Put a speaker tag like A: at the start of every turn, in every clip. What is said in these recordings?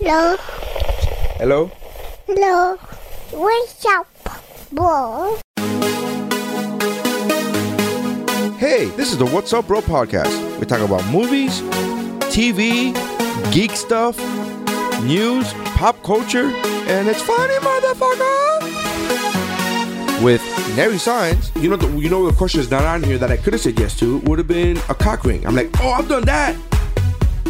A: Hello,
B: Hello?
A: hello. Wake up, ball.
B: Hey, this is the What's Up Bro podcast. We talk about movies, TV, geek stuff, news, pop culture, and it's funny, motherfucker. With Nary Signs,
C: You know, the, you know, the question is not on here that I could have said yes to would have been a cock ring. I'm like, oh, I've done that.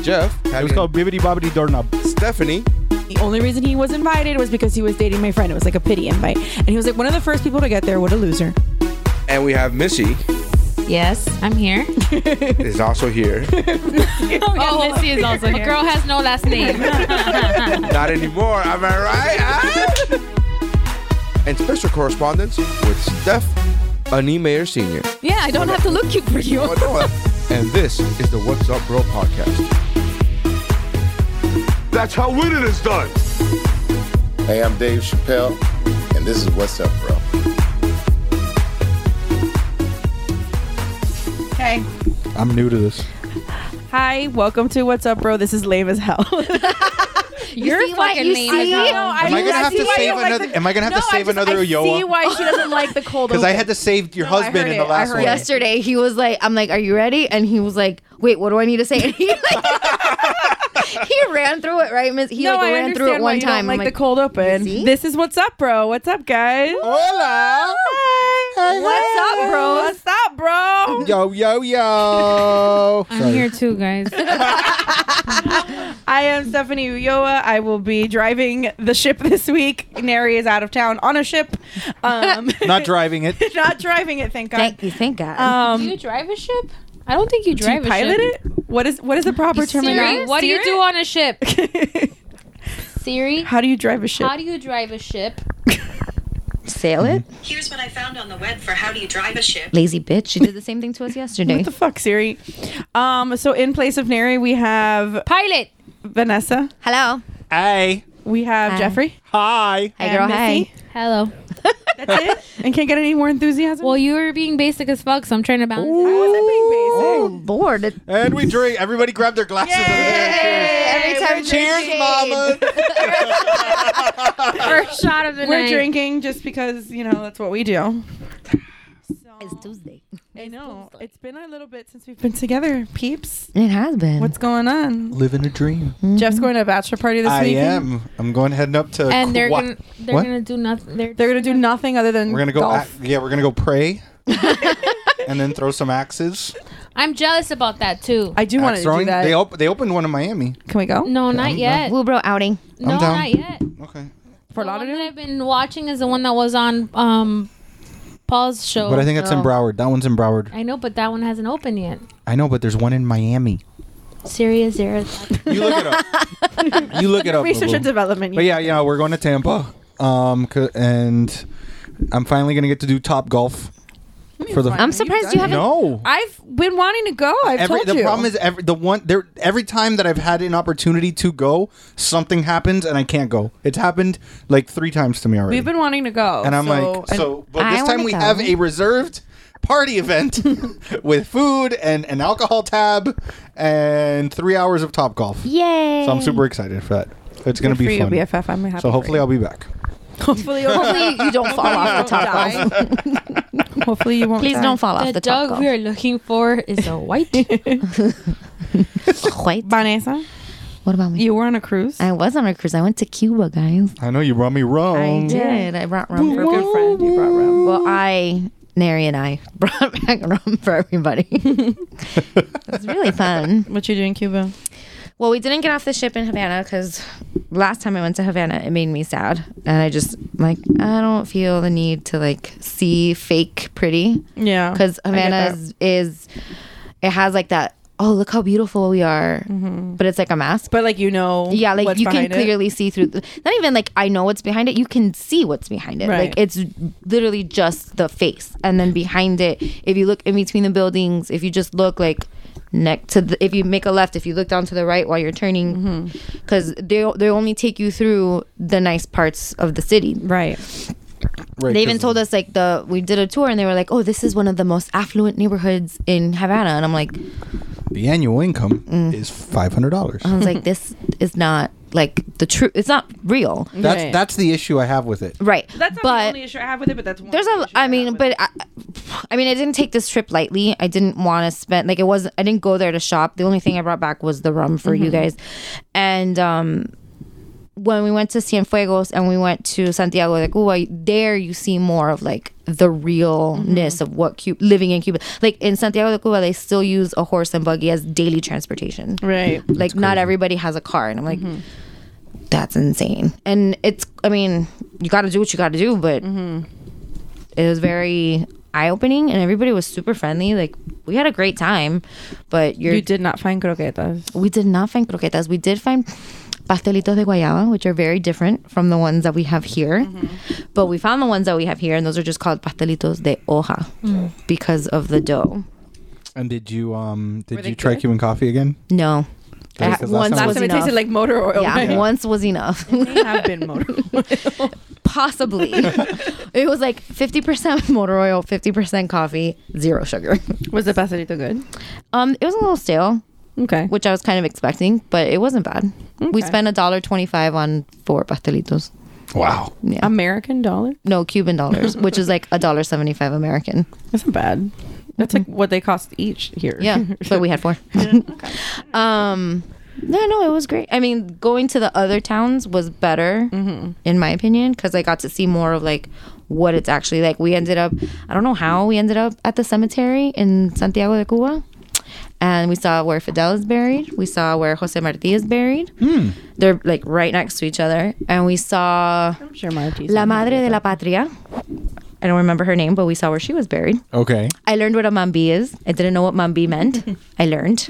B: Jeff,
D: It was called Bibbidi Bobbidi Doorknob.
B: Stephanie,
E: The only reason he was invited was because he was dating my friend. It was like a pity invite. And he was like one of the first people to get there. What a loser.
B: and we have Missy
F: Yes, I'm here.
B: is also here.
F: Oh, Missy is also here. A girl has no last name.
B: not anymore, am I right? huh? and special correspondence with Steph Ani Mayer Sr.
F: yeah, I don't have to look cute for you.
B: Oh, no. and this is the What's Up Bro podcast.
C: That's how winning is done.
G: Hey, I'm Dave Chappelle, and this is What's Up, Bro.
E: Hey.
D: I'm new to this.
E: Hi, welcome to What's Up, Bro. This is lame as hell.
F: You're
E: see why-
F: fucking
E: you
F: lame.
E: see-
F: as
E: I
F: hell.
E: know, I
D: Am I
E: do-
D: gonna
E: I
D: have
E: see
D: to
E: why you
D: save
E: don't like
D: another?
E: the-
D: am I gonna have
E: No,
D: to save
E: just-
D: another
E: I see
D: Uyoa?
E: why she doesn't like the cold
D: Because I
E: open.
D: had to save your
E: No, I
D: husband
E: heard
D: in the
E: it, I
D: last
E: heard
D: one.
E: it.
H: yesterday he was like i'm like are you ready and he was like wait what do i need to say and he like he ran through it right miss he
E: no,
H: like
E: I
H: ran through it
E: understand why
H: one
E: you don't
H: time
E: like,
H: I'm
E: the cold open.
H: see?
E: This is What's Up, Bro. What's up, guys?
B: Hola!
E: Hi.
H: What's up, bro?
E: What's up, bro?
D: Yo, yo, yo.
F: I'm here too, guys.
E: I am Stephanie Uyoa. I will be driving the ship this week. Neri is out of town on a ship. Um,
D: Not driving it.
E: not driving it, thank God.
H: thank you thank god
E: um,
F: you drive a ship? I don't think you
E: do you
F: drive a ship.
E: pilot it? What is what is the proper terminology?
F: Siri, what do you do on a ship? Siri,
E: How do you drive a ship?
F: how do you drive a ship?
H: sail it
I: Mm-hmm. Here's what I found on the web for how do you drive a ship.
H: lazy bitch she did the same thing to us yesterday
E: what the fuck, Siri? Um, so in place of Neri, we have
F: Pilot.
E: Vanessa,
H: hello
D: Hey.
E: we have
H: Hi.
E: Jeffrey,
D: Hi.
H: hey girl
E: and
H: hey
E: Missy.
F: Hello.
E: That's it. and can't get any more enthusiasm.
F: Well, you were being basic as fuck, so I'm trying to balance.
E: How is that being basic?
H: oh lord It-
D: And we drink. Everybody grab their glasses. over there.
H: every time
D: Cheers. Cheers, mama.
F: First shot of the
E: We're
F: night.
E: drinking just because you know that's what we do.
H: it's tuesday
E: I know it's been a little bit since we've been together, peeps.
H: it has been
E: What's going on?
D: Living a dream.
E: Jeff's going to a bachelor party this
D: Mm-hmm. I
E: weekend.
D: am. I'm going heading up to.
F: And they're
D: Kwa-
F: gonna they're
D: What?
F: gonna do nothing. They're,
E: They're gonna do nothing other than
D: We're gonna go.
E: golf.
D: ac- yeah, we're gonna go pray. and then throw some axes.
F: I'm jealous about that too.
E: I do want
D: Axe
E: to do
D: throwing.
E: that.
D: They, op- they opened one in Miami.
E: Can we go?
F: no, not yet.
H: Woo bro outing
F: No,
D: down.
F: not yet.
D: Okay.
E: For
F: The one
E: Lauderdale?
F: that I've been watching is the one that was on um Paul's show.
D: But I think
E: Oh,
D: that's in
H: No.
D: Broward. That one's in Broward.
F: I know, but that one hasn't opened yet.
D: I know, but there's one in Miami.
F: Serious zero.
D: You look it up. you look it up.
E: Research
D: boo-boo.
E: and development.
D: But yeah, yeah, we're going to Tampa. Um, c- and I'm finally gonna get to do top golf for the.
H: i'm surprised you haven't
D: no.
E: I've been wanting to go. I've
D: Every,
E: told
D: the
E: you.
D: problem is every the one there every time that I've had an opportunity to go, something happens and I can't go. It's happened like three times to me already.
E: we've been wanting to go,
D: and I'm
E: so-
D: like,
E: and
D: so. But
H: I
D: this time
H: wanna
D: we
H: go.
D: have a reserved party event with food and an alcohol tab and three hours of top golf.
H: yay
D: So I'm super excited for that. It's gonna
E: good
D: be
E: for
D: fun.
E: you, BFF. I'm happy.
D: So hopefully
E: for
D: I'll be back.
E: you. hopefully, hopefully,
H: Hopefully you don't fall off the top golf.
E: hopefully you won't.
H: Please
E: die.
H: don't fall off the,
F: The
H: top
F: dog we
H: golf.
F: are looking for is a white.
H: Wait,
E: Vanessa,
H: what about me?
E: you were on a cruise.
H: I was on a cruise. I went to Cuba, guys.
D: I know you brought me
H: I
D: wrong.
H: did. I brought rum
E: You're
H: for
E: a good friend. You brought rum.
H: Well, I, Nary and I brought back rum for everybody. it was really fun.
E: What you do in Cuba?
H: Well, we didn't get off the ship in Havana because last time I went to Havana, it made me sad. And I just, like, I don't feel the need to, like, see fake pretty
E: Yeah,
H: because
E: I get
H: Havana
E: that.
H: is, is, it has, like, that, oh, look how beautiful we are.
E: Mm-hmm.
H: But it's like a mask.
E: But like you know,
H: Yeah, like
E: what's
H: you can
E: behind it.
H: clearly see through. The, not even like I know what's behind it. You can see what's behind it.
E: Right.
H: Like it's literally just the face, and then behind it, if you look in between the buildings, if you just look like neck to the, if you make a left, if you look down to the right while you're turning,
E: Mm-hmm.
H: because they they only take you through the nice parts of the city.
E: Right.
D: Right,
H: They even
D: 'cause
H: told us like the we did a tour and they were like, oh, this is one of the most affluent neighborhoods in Havana, and I'm like, Mm.
D: the annual income is five hundred dollars.
H: I was like, this is not like the truth. It's not real,
D: That's
E: Right.
D: that's the issue I have with it.
H: right?
E: Mm. That's not
H: but
E: the only issue I have with it, but that's one.
H: there's a.
E: issue
H: I
E: have
H: mean,
E: with
H: but
E: it.
H: I, I mean, I didn't take this trip lightly. I didn't want to spend like it wasn't. I didn't go there to shop. The only thing I brought back was the rum for you guys, and um, when we went to Cienfuegos and we went to Santiago de Cuba, there you see more of like the realness of what Cuba, living in Cuba. Like in Santiago de Cuba, they still use a horse and buggy as daily transportation.
E: right.
H: Like not everybody has a car, and I'm like, that's insane. And it's, I mean, you got to do what you got to do, but it was very eye opening, and everybody was super friendly. Like we had a great time, but you're
E: You did not find croquetas.
H: we did not find croquetas. We did find pastelitos de guayaba, which are very different from the ones that we have here. But we found the ones that we have here, and those are just called pastelitos de hoja because of the dough.
D: And did you um did
E: they
D: you try
E: good?
D: Cuban coffee again?
H: No.
D: That was
H: Uh,
D: the last
H: once
D: time
H: was
E: So it
H: enough.
E: tasted like motor oil.
H: yeah,
E: right?
H: once was enough.
E: May have been motor oil.
H: Possibly. it was like 50% motor oil, 50% coffee, zero sugar.
E: Was the pastelito good?
H: Um, it was a little stale,
E: Okay.
H: which I was kind of expecting, but it wasn't bad. We
E: Okay.
H: spent a dollar twenty-five on four pastelitos.
D: Wow.
H: Yeah.
E: Um, American dollar?
H: no Cuban dollars, which is like a dollar seventy-five American.
E: That's not bad. That's like what they cost each here.
H: Yeah, but we had four. um, no, no, it was great. I mean, going to the other towns was better, in my opinion, because I got to see more of like what it's actually like. We ended up, I don't know how we ended up at the cemetery in Santiago de Cuba. And we saw where Fidel is buried. We saw where Jose Marti is buried. They're like right next to each other. And we saw
E: I'm sure Marty's.
H: La Madre de la Patria. I don't remember her name, but we saw where she was buried.
D: Okay.
H: I learned what a mambi is. I didn't know what mambi meant. I learned.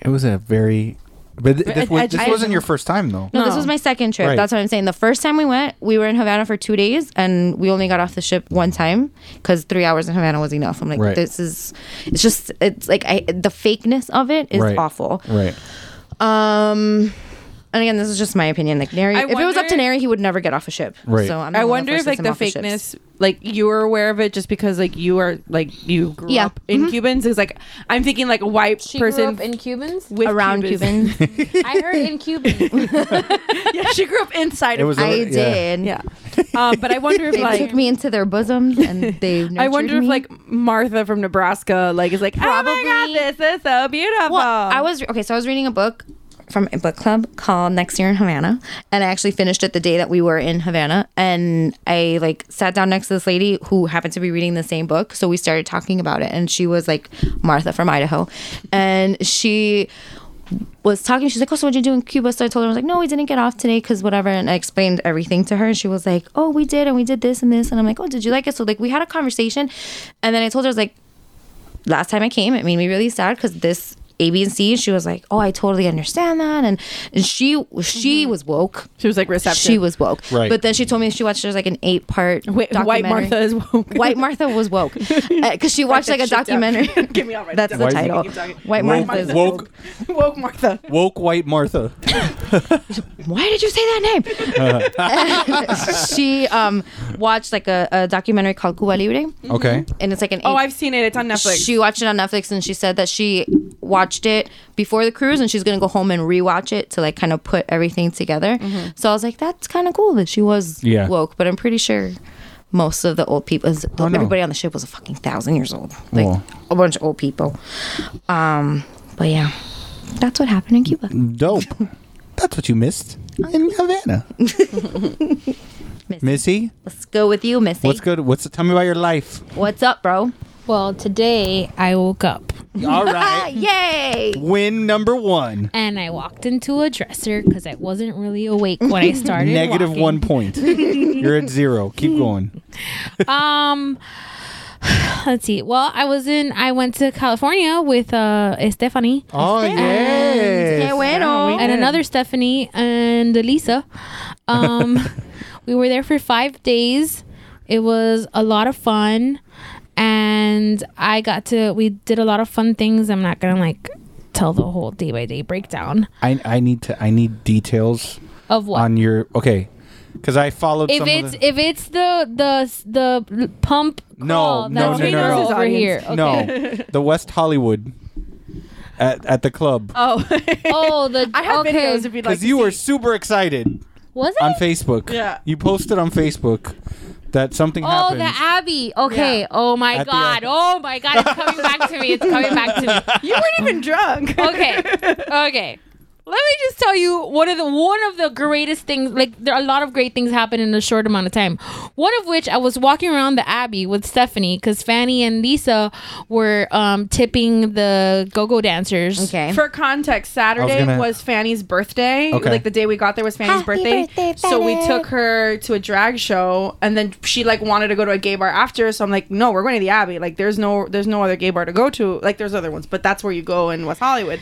D: It was a very but th-
E: But
D: this,
E: I- I-
D: was, this
E: I-
D: wasn't your first time though.
H: No,
E: No.
H: this was my second trip.
D: Right.
H: That's what I'm saying. The first time we went, we were in Havana for two days, and we only got off the ship one time because three hours in Havana was enough. I'm like,
D: Right.
H: this is, it's just, it's like I, the fakeness of it is
D: Right.
H: awful.
D: Right.
H: Um, and again, this is just my opinion. Like Nary,
E: I
H: if it was up to
E: wonder-
H: Nary, he would never get off a ship.
D: Right.
H: So I'm not
E: I
H: one of
E: wonder if
H: first
E: like the
H: that's him off ships.
E: fakeness, like you were aware of it just because like you are like you grew
H: Yeah. Mm-hmm.
E: up in Cubans. It's like I'm thinking like a white
F: She
E: person
F: grew up in Cubans.
E: with
H: around Cuban.
F: I heard in Cubans.
E: yeah, she grew up inside.
D: It
E: of
D: was
H: I
D: yeah.
H: did.
E: yeah. Um, but I wonder if
H: They
E: like
H: took me into their bosoms and they.
E: I
H: nurtured
E: wonder if
H: me.
E: like Martha from Nebraska like is like probably oh my
H: Probably-
E: God, this is so beautiful.
H: Well, I was okay. So I was reading a book from a book club called Next Year in Havana, and I actually finished it the day that we were in Havana. And I like sat down next to this lady who happened to be reading the same book, so we started talking about it. And she was like Martha from Idaho, and she was talking. She's like, "Oh, so what'd you do in Cuba?" So I told her, "I was like, no, we didn't get off today because whatever." And I explained everything to her, and she was like, "Oh, we did, and we did this and this." And I'm like, "Oh, did you like it?" So like we had a conversation, and then I told her, "I was like, last time I came, it made me really sad because this A, B, and C. She was like, "Oh, I totally understand that," and, and she she
E: Mm-hmm.
H: was woke.
E: she was like receptive.
H: She was woke.
D: Right.
H: But then she told me she watched there's like an eight part
E: Wait, white Martha is woke.
H: White Martha was woke because she watched
E: that
H: like a
E: shit down.
H: documentary.
E: Give me all right.
H: That's the
D: White-
H: title.
E: Keep talking.
H: White
D: Woke,
H: Martha. is
D: woke
E: woke Martha.
D: woke white Martha.
H: why did you say that name? she um, watched like a, a documentary called Cuba Libre,
D: Okay.
H: and it's like an.
E: Oh,
H: eight-
E: I've seen it. It's on Netflix.
H: She watched it on Netflix and she said that she watched it before the cruise and she's gonna go home and rewatch it to like kind of put everything together. So I was like, that's kind of cool that she was
D: Yeah.
H: woke, but I'm pretty sure most of the old people, is-
D: Oh, no.
H: everybody on the ship was a fucking thousand years old, like
D: Whoa.
H: a bunch of old people. Um, but yeah, that's what happened in Cuba.
D: Dope. That's what you missed in Havana. Missy,
H: Let's go with you, Missy.
D: what's good? What's tell me about your life?
H: What's up, bro?
F: well, today I woke up
D: All
H: Ah,
D: right.
H: yay!
D: Win number one.
F: and I walked into a dresser because I wasn't really awake when I started.
D: Negative
F: walking.
D: one point. You're at zero. Keep going.
F: Um, let's see. Well, I was in. I went to California with uh Stephanie
D: Oh
H: Qué
D: yes.
H: bueno.
F: and another Stephanie and Lisa. Um, we were there for five days. It was a lot of fun, and I got to. We did a lot of fun things. I'm not gonna like tell the whole day by day breakdown
D: I, I need to I need details
F: of what.
D: on your okay. Cause I followed
F: if
D: some
F: it's
D: of the,
F: if it's the the the l- pump
D: No,
F: crawl,
D: no,
F: that's
D: no, no,
F: Reno's
D: no.
F: over here. Okay.
D: No. The West Hollywood. at, at the club
E: Oh,
F: Oh, the
E: I have
F: okay.
E: videos if you'd like.
D: because
E: to
D: you were
E: see.
D: super excited
F: was it
D: on Facebook.
E: Yeah.
D: you posted on Facebook that something
F: Oh,
D: happened.
F: the Abbey. Okay.
E: Yeah.
F: Oh my
D: At the
F: God.
D: Abbey.
F: Oh my God. It's coming back to me. It's coming back to me.
E: You weren't even drunk.
F: okay okay let me just tell you one of the one of the greatest things like there are a lot of great things happen in a short amount of time one of which i was walking around the abbey with stephanie because fanny and lisa were um tipping the go-go dancers
H: Okay.
E: For context, Saturday was,
D: I was gonna-
E: Fanny's birthday.
D: Okay.
E: Like the day we got there was Fanny's
A: Happy birthday,
E: So we
A: Fanny.
E: took her to a drag show, and then she like wanted to go to a gay bar after. So I'm like, no, we're going to the Abbey. Like there's no there's no other gay bar to go to. Like there's other ones, but that's where you go in West Hollywood.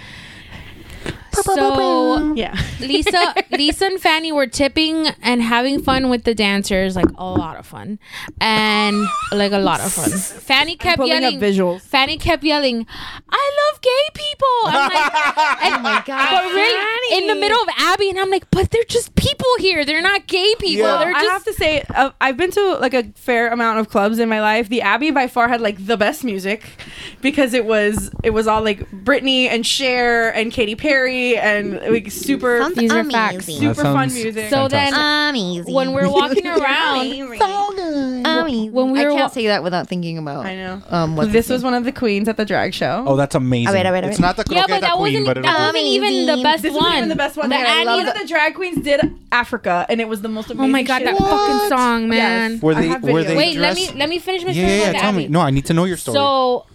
F: so
E: Yeah.
F: lisa lisa and fanny were tipping and having fun with the dancers like a lot of fun and like a lot of fun fanny kept
E: pulling up
F: yelling
E: visuals.
F: fanny kept yelling i love gay people I'm like,
H: oh my god.
F: but really in the middle of Abby, and I'm like, but they're just people here. They're not gay people.
E: Well,
F: They're
E: I
F: just.
E: have to say, uh, I've been to like a fair amount of clubs in my life. The Abbey by far had like the best music because it was it was all like Britney and Cher and Katy Perry and like super
F: Sounds These are facts.
H: amazing.
E: super fun
D: sounds-
E: music.
F: so then uh,
H: Amazing.
F: when we're walking around,
H: Amazing.
F: when we
H: Um, I
F: were
H: can't
F: wa-
H: say that without thinking about.
E: I know.
H: Um, what's
E: this
H: his
E: was one of the queens at the drag show.
D: oh, that's amazing.
H: wait, wait,
D: It's
H: wait.
D: not the
F: yeah,
D: croqueta
F: but that
D: queen,
F: wasn't
D: but it
F: that
D: was.
F: wasn't even the
H: Amazing.
F: best
E: This was
F: one.
E: even the best one.
F: The
E: The
F: Annie-
E: Annie that the drag queens did Africa, and it was the most amazing.
F: oh my god,
E: shit.
F: that fucking song, man.
D: Were
E: I
D: they?
E: have
D: Were
E: videos.
D: they?
F: Wait, let me
D: dressed-
F: let me finish my
D: Yeah,
F: story.
D: yeah,
F: about
D: yeah.
F: the
D: Tell me.
F: Abbey.
D: No, I need to know your story.
F: So,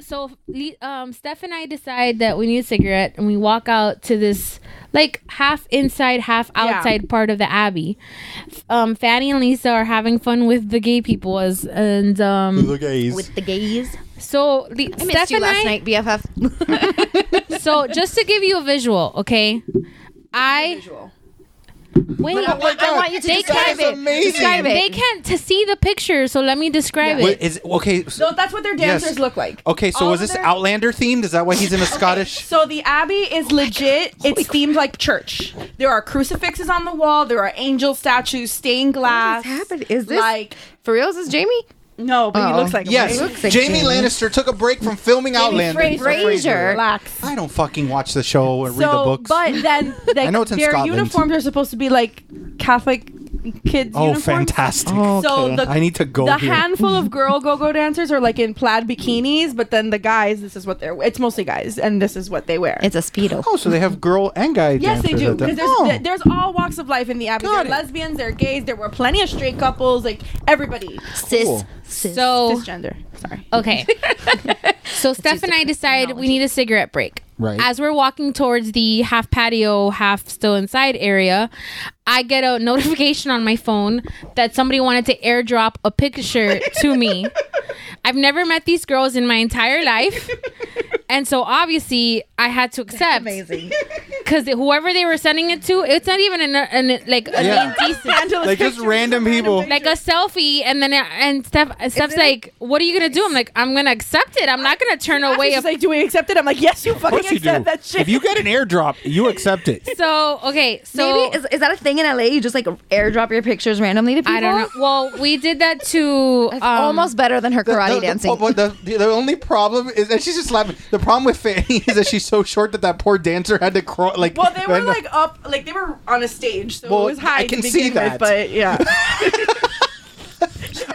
F: so le- um, Steph and I decide that we need a cigarette, and we walk out to this like half inside, half outside part of the Abbey. F- Um, Fanny and Lisa are having fun with the gay people, as and um,
D: the gays.
H: with the gays.
F: so Le-
H: I missed
F: Steph
H: you
F: and
H: last
F: I.
H: night, BFF.
F: So just to give you a visual, okay, I wait.
H: I
D: Ah,
H: want you to
F: They
H: describe
F: can't.
H: it. Describe
F: They
H: it.
F: can't to see the picture, so let me describe
D: Wait,
F: it.
D: is okay?
E: So that's what their dancers
D: Yes.
E: look like.
D: Okay, so
E: All
D: was
E: of
D: this
E: their-
D: Outlander themed? Is that why he's in a Scottish?
E: So the Abbey is
H: Oh
E: legit. It's themed like church. There are crucifixes on the wall. There are angel statues, stained glass.
H: happened? Is this-
E: like
H: For real, is this Jamie?
E: no? But he
H: Oh.
E: looks like
D: Yes,
E: Him, right?
H: looks like
D: Jamie
H: Jamie.
D: Lannister took a break from filming Outlander.
E: Fraser.
D: for Fraser.
E: Relax.
D: I don't fucking watch the show or read the
E: So,
D: books.
E: but then like,
D: know it's in
E: their
D: Scotland.
E: uniforms are supposed to be like Catholic kids.
D: oh,
E: uniforms.
D: fantastic!
H: Oh.
E: So the,
D: I need to go
E: The
D: here.
E: handful of girl go-go dancers are like in plaid bikinis, but then the guys, this is what they're. It's mostly guys, and this is what they wear.
H: It's a speedo.
D: oh, so they have girl and guy.
E: yes, they
D: dancers
E: do
D: at them.
E: because there's
D: Oh.
E: th- there's all walks of life in the Abbey. There are
D: Got it.
E: lesbians, there are gays, there were plenty of straight couples, like everybody
H: Cis.
D: cool.
H: Cis.
F: So
E: cisgender. Sorry.
F: Okay. so Steph and I decide we need a cigarette break.
D: Right.
F: As we're walking towards the half patio, half still inside area, I get a notification on my phone that somebody wanted to airdrop a picture to me. I've never met these girls in my entire life. And so obviously I had to accept. amazing. Because whoever they were sending it to, it's not even an, an like a
D: Yeah.
F: decent
E: Angela's
D: Like, just
E: picture is
D: random
E: a
D: people.
E: picture.
F: like a selfie and then uh, and Steph Steph's like, What are you gonna do? I'm like, I'm gonna accept it. I'm not gonna turn
E: She's
F: away a
E: just like, do we accept it? I'm like, yes, you
D: Of
E: fucking
D: course you do.
E: accept that shit.
D: If you get an airdrop, you accept it.
F: so okay, so
H: Maybe is, is that a thing in LA? You just like airdrop your pictures randomly to people.
F: I don't know. Well, we did that to um,
H: Almost better than her karate
D: the, the-
H: dancing.
D: oh, but the, the, the only problem is, and she's just laughing. The problem with Fanny is that she's so short that that poor dancer had to crawl. Like,
E: well, they were
D: had to-
E: like up, like they were on a stage, so
D: Well,
E: it was high.
D: I
E: to
D: can
E: begin
D: see
E: with,
D: that.
E: but yeah,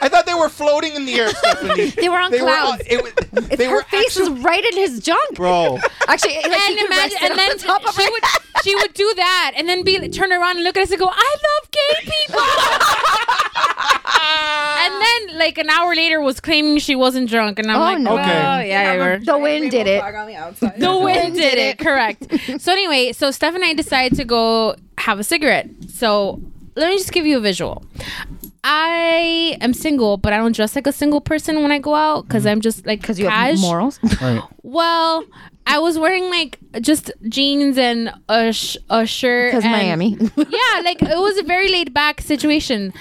D: I thought they were floating in the air, Stephanie.
H: they were on
D: they were, on-
H: clouds.
D: it, was- they
H: her
D: were
H: face
D: actually-
H: was right in his junk.
D: bro.
H: Actually,
F: and
H: like, she could rest
F: imagine
H: it
F: and
H: on
F: then
H: the top of
F: she
H: her
F: would she would do that and then be turn around and look at us and go, I love gay people And then like an hour later was claiming she wasn't drunk and I'm
H: Oh,
F: like,
H: no.
F: Oh
D: Okay.
F: yeah, yeah, you were."
H: The wind did it.
E: Flag on the outside.
F: The wind did it. Correct. so anyway, so Steph and I decide to go have a cigarette. So let me just give you a visual. I am single, but I don't dress like a single person when I go out because I'm just like because
H: You have morals.
F: Well, I was wearing like just jeans and a, sh- a shirt
H: Because
F: and-
H: Miami.
F: yeah, like it was a very laid back situation.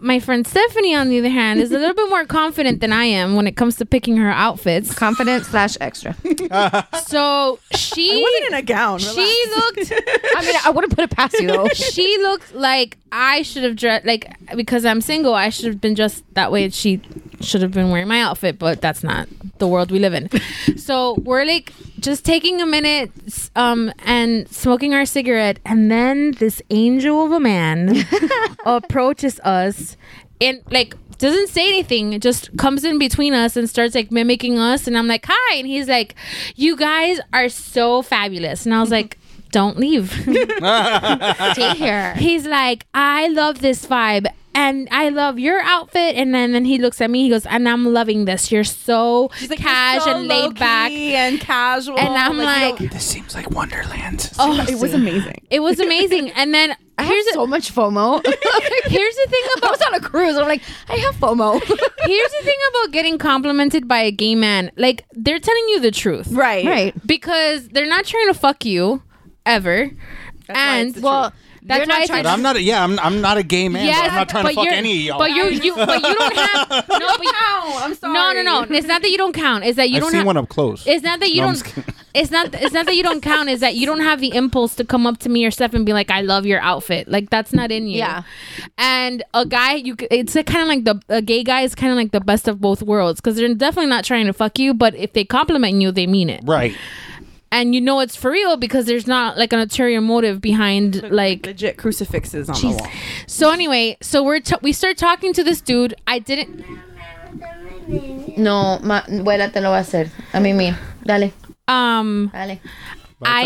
F: My friend Stephanie, on the other hand, is a little bit more confident than I am when it comes to picking her outfits.
H: Confident slash extra.
F: So she
E: Wasn't in a gown. relax.
F: she looked
H: I mean, I wouldn't put it past you though.
F: she looked like I should have dressed like because I'm single I should have been dressed that way she should have been wearing my outfit, but that's not the world we live in. so we're like just taking a minute s- um, and smoking our cigarette, and then this angel of a man approaches us and like doesn't say anything just comes in between us and starts like mimicking us and i'm like hi and he's like you guys are so fabulous and i was like don't leave
H: Stay here.
F: he's like, I love this vibe and I love your outfit. And then, then he looks at me, he goes, and I'm loving this. You're so
E: like, you're
F: cash
E: so
F: and laid
E: low-key
F: back.
E: and casual.
F: And I'm
E: you
F: like,
E: don't-
D: This seems like Wonderland.
F: oh,
E: it was amazing.
F: it was amazing. And then
H: I have
F: here's,
H: so much FOMO.
F: the, here's the thing
H: I
F: about
H: was on a cruise. I'm like, I have FOMO.
F: here's the thing about getting complimented by a gay man. Like they're telling you the truth,
E: Right.
H: right.
F: Because they're not trying to fuck you ever.
E: why
F: and
E: it's the
F: well, that's
H: You're
F: why
H: not
F: it's
H: trying
D: But I'm not. A, yeah, I'm. I'm not a gay man. so
F: Yes,
D: I'm not trying to fuck
F: you're-
D: any of y'all.
F: But you, you, but you don't have no. But you,
E: Ow, I'm sorry.
F: No, no, no. It's not that you don't count. It's that you
D: I've
F: don't
D: seen
F: have.
D: one up close.
F: It's not that you
D: No, I'm just
F: don't.
D: kidding.
F: It's not. It's not that you don't count. Is that you don't have the impulse to come up to me or stuff and be like, "I love your outfit." Like that's not in you.
H: Yeah.
F: And a guy, you. c- It's kind of like the a gay guy is kind of like the best of both worlds because they're definitely not trying to fuck you, but if they compliment you, they mean it,
D: right.
F: and you know it's for real because there's not like an ulterior motive behind like
E: Legit crucifixes on the wall.
F: so anyway, so we're t- we start talking to this dude. I didn't.
H: No, ma, abuela te lo va a hacer. A mí mío. Dale,
F: Um,
H: dale.
F: I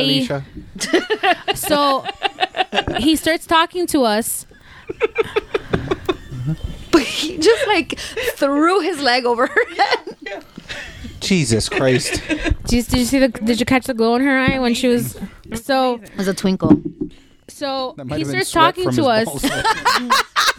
D: Felicia.
F: so he starts talking to us.
H: But he just like threw his leg over her head.
D: Jesus Christ.
F: Did you, did you see the? Did you catch the glow in her eye when she was? So
H: It was a twinkle.
F: so
D: That might
F: he
D: have been
F: starts
D: sweat
F: talking
D: from
F: to
D: his
F: us.
D: balls.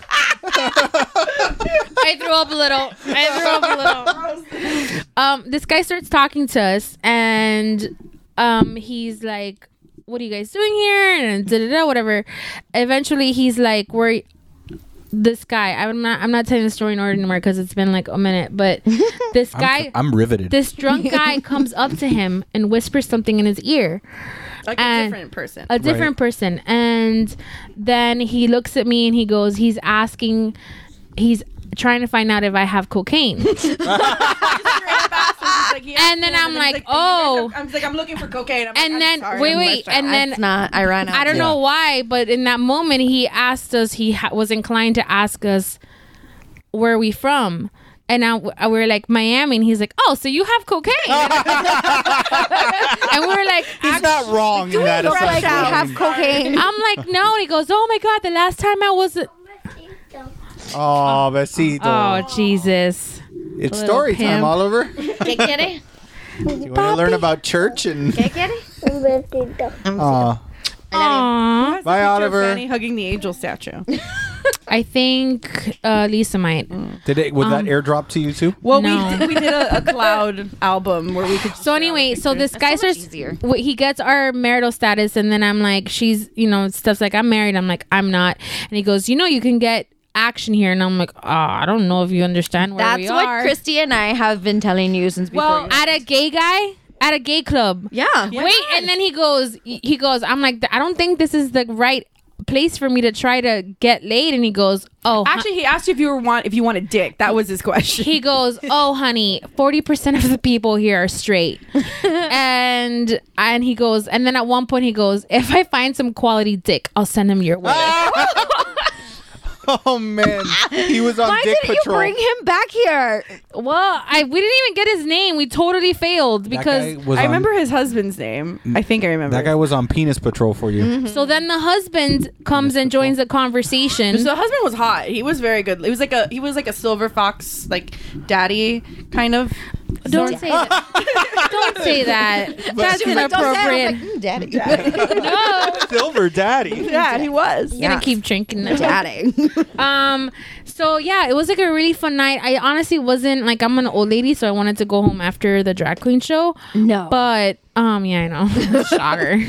F: I threw up a little. I threw up a little. Um, this guy starts talking to us, and um, he's like, "What are you guys doing here?" And da da da, whatever. Eventually, he's like, "We're." This guy, I'm not. I'm not telling the story in order anymore because it's been like a minute. But this
D: I'm-
F: guy,
D: I'm riveted.
F: this drunk guy, comes up to him and whispers something in his ear
E: Like a
F: And-
E: different person.
F: a different person and then he looks at me and he goes he's asking he's trying to find out if i have cocaine And then I'm like, oh.
E: I'm like, I'm looking for cocaine. I'm like,
F: and
E: "I'm
F: then
E: sorry,
F: wait
E: I'm
F: wait
E: left out."
F: and then
H: It's not ironic.
F: i don't know why but in that moment he asked us he ha- was inclined to ask us where are we from and I, I- we were like Miami, and he's like, "Oh, so you have cocaine?" and we were like,
D: He's not wrong in that
H: Look like
D: assessment.
H: we have cocaine.
F: "I'm like, no." And he goes, "Oh my god, the last time I was,
D: Oh, besito.
F: oh Jesus."
D: it's
F: little
D: story time,
F: pimp.
D: Oliver. Do you want to learn about church and? Aw.
F: Aww.
E: That's a picture of
D: Oliver.
E: Fanny hugging the angel statue.
F: I think uh, Lisa might.
H: Mm.
D: Did it? Would
F: Um,
D: that airdrop to you too?
E: Well,
F: No.
E: we did, we did a, a cloud album where we could.
F: So anyway, so this guy
H: so much
F: starts.
H: easier.
F: wh- He gets our marital status, and then I'm like, she's, you know, stuff's like, I'm married. I'm like, I'm not. And he goes, you know, you can get action here, and I'm like, oh, I don't know if you understand where
H: That's
F: we
H: what
F: are.
H: Christy and I have been telling you since before.
F: well,
H: you-
F: at a gay guy, at a gay club.
H: yeah.
F: Wait, and then he goes, he goes, I'm like, I don't think this is the right place for me to try to get laid. And he goes, oh, huh."
E: Actually, he asked you if you were want if you want a dick. That was his question.
F: he goes, "Oh, honey, forty percent of the people here are straight," and and he goes, and then at one point he goes, "If I find some quality dick, I'll send him your way."
D: Oh man, he was on
H: Why
D: Dick
H: didn't
D: Patrol.
H: you bring him back here?
F: well, I we didn't even get his name. We totally failed
D: That
F: because.
D: guy was on-
E: I
D: Mm.
E: remember his husband's name. I think I remember.
D: that guy was on Penis Patrol for you.
F: So then the husband comes and joins the conversation.
E: So the husband was hot. He was very good. He was like a he was like a silver fox, like daddy kind of.
F: don't say that. don't say that. That's inappropriate.
H: "Mm, Daddy.
F: no,
D: Silver Daddy.
E: Yeah, he was.
F: I'm gonna keep drinking. that.
H: Daddy.
F: Um. So yeah, it was like a really fun night. I honestly wasn't like I'm an old lady, so I wanted to go home after the drag queen show.
H: No.
D: Oh.
F: But um, yeah, I know. Shocker.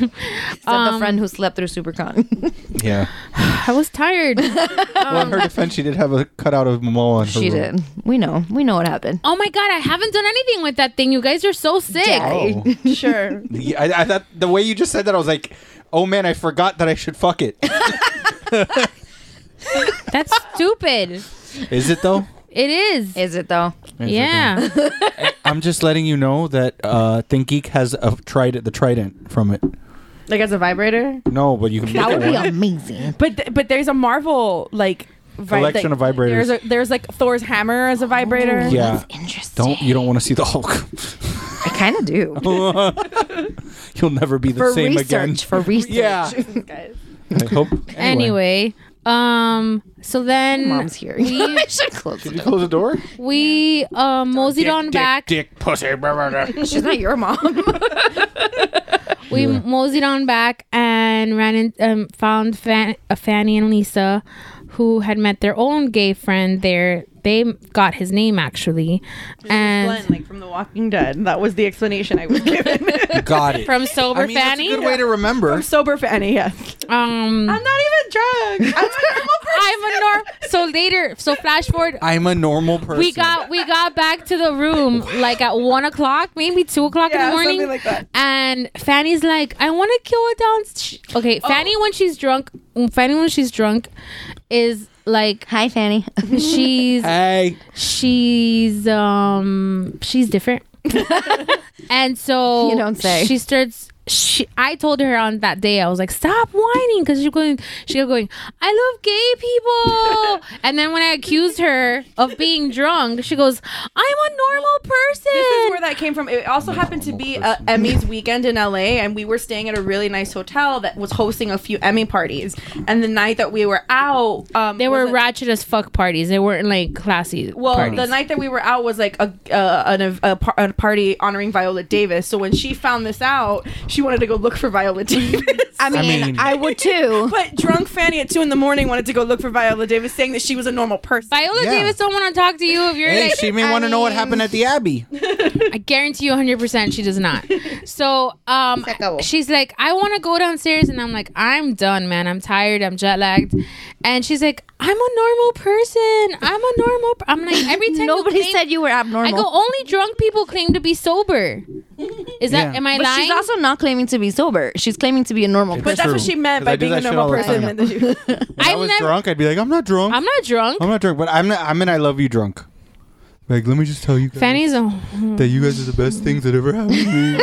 F: Um,
H: Except the friend who slept through SuperCon.
D: Yeah.
F: I was tired.
D: well, in her defense, she did have a cutout of Momoa in her
H: she
D: room.
H: did. We know. We know what happened.
F: Oh my god, I haven't done anything with that thing. You guys are so sick.
H: Daddy.
D: Oh.
E: Sure.
D: Yeah, I, I thought the way you just said that, I was like, oh man, I forgot that I should fuck it.
F: That's stupid.
D: Is it though?
F: It is.
H: Is it though?
F: yeah.
D: I'm just letting you know that uh, Think Geek has a trident, the trident from it.
E: like as a vibrator.
D: No, but you can
E: That
D: make
E: would be
D: one.
H: amazing.
E: But th- but there's a Marvel like vi-
D: Collection
E: like,
D: of vibrators.
E: There's a, there's like Thor's hammer as a vibrator.
D: yeah.
H: Interesting.
D: Don't you don't want to see the Hulk?
H: I kind of do.
D: You'll never be the
H: For
D: same
H: research,
D: again.
H: for research.
D: yeah.
E: Oh,
D: I hope. Anyway.
F: Anyway, um, so then
H: Mom's here.
F: we
H: I should close it.
D: Close the door.
F: we uh, moseyed on back.
D: Dick pussy.
H: She's not your mom.
F: We moseyed on back and ran in, um, found Fan- uh, Fanny and Lisa, who had met their own gay friend there. They got his name actually,
E: Glenn,
F: and
E: like from The Walking Dead. That was the explanation I was given.
D: Got it.
F: from sober
D: I mean, that's a
F: Fanny.
D: good way to remember.
E: Sober Fanny, yes. I'm
F: um,
E: not even drunk. I'm a normal person.
F: I'm a norm. So later, so flash forward.
D: I'm a normal person.
F: we got we got back to the room like at one o'clock, maybe two o'clock in
E: Yeah,
F: the morning.
E: something like that.
F: And Fanny's like, I want to kill a downstairs.
E: Oh.
F: Okay, Fanny when she's drunk, Fanny when she's drunk, is like
H: Hi, Fanny.
F: she's
D: Hey.
F: she's um she's different and so
H: You don't say.
F: she starts she i told her on that day i was like stop whining because she going she kept going i love gay people and then when i accused her of being drunk she goes i'm a normal person
E: This is where that came from. It also happened to be uh, Emmy's weekend in LA, and we were staying at a really nice hotel that was hosting a few Emmy parties. And the night that we were out, um,
F: they were
E: was a-
F: ratchet as fuck parties they weren't like classy
E: Well,
F: parties.
E: the night that we were out was like a uh, an, ev- a, par- a party honoring Viola Davis. So when she found this out, she wanted to go look for Viola Davis.
H: I mean, I,
D: mean-
H: would too.
E: but drunk Fanny at two in the morning wanted to go look for Viola Davis, saying that she was a normal person.
F: Viola
D: Yeah.
F: Davis don't want to talk to you if you're
D: Hey,
F: like.
D: she may
F: I
D: want to know what
F: mean,
D: happened at the Abbey.
F: I guarantee you 100% she does not. So, um she's like, "I want to go downstairs." And I'm like, "I'm done, man. I'm tired. I'm jet lagged." And she's like, "I'm a normal person. I'm a normal per-" I'm like, "Every time
H: Nobody
F: you claim-
H: said you were
F: I
H: abnormal.
F: go, "Only drunk people claim to be sober." Is that
D: Yeah.
F: am I
H: but
F: lying?
H: she's also not claiming to be sober. She's claiming to be a normal
E: But
H: person.
E: that's
D: True.
E: what she meant
D: 'Cause
E: by
D: I do
E: being a
D: that shit
E: normal
D: all the
E: person.
D: time.
E: And then she-
D: When I
F: I've
D: was
F: never-
D: drunk, I'd be like, I'm not drunk.
F: I'm not drunk.
D: I'm not drunk, but I'm not, I'm an I love you drunk. Like, let me just tell you guys
F: Fanny's a
D: that you guys are the best things that ever happened to me.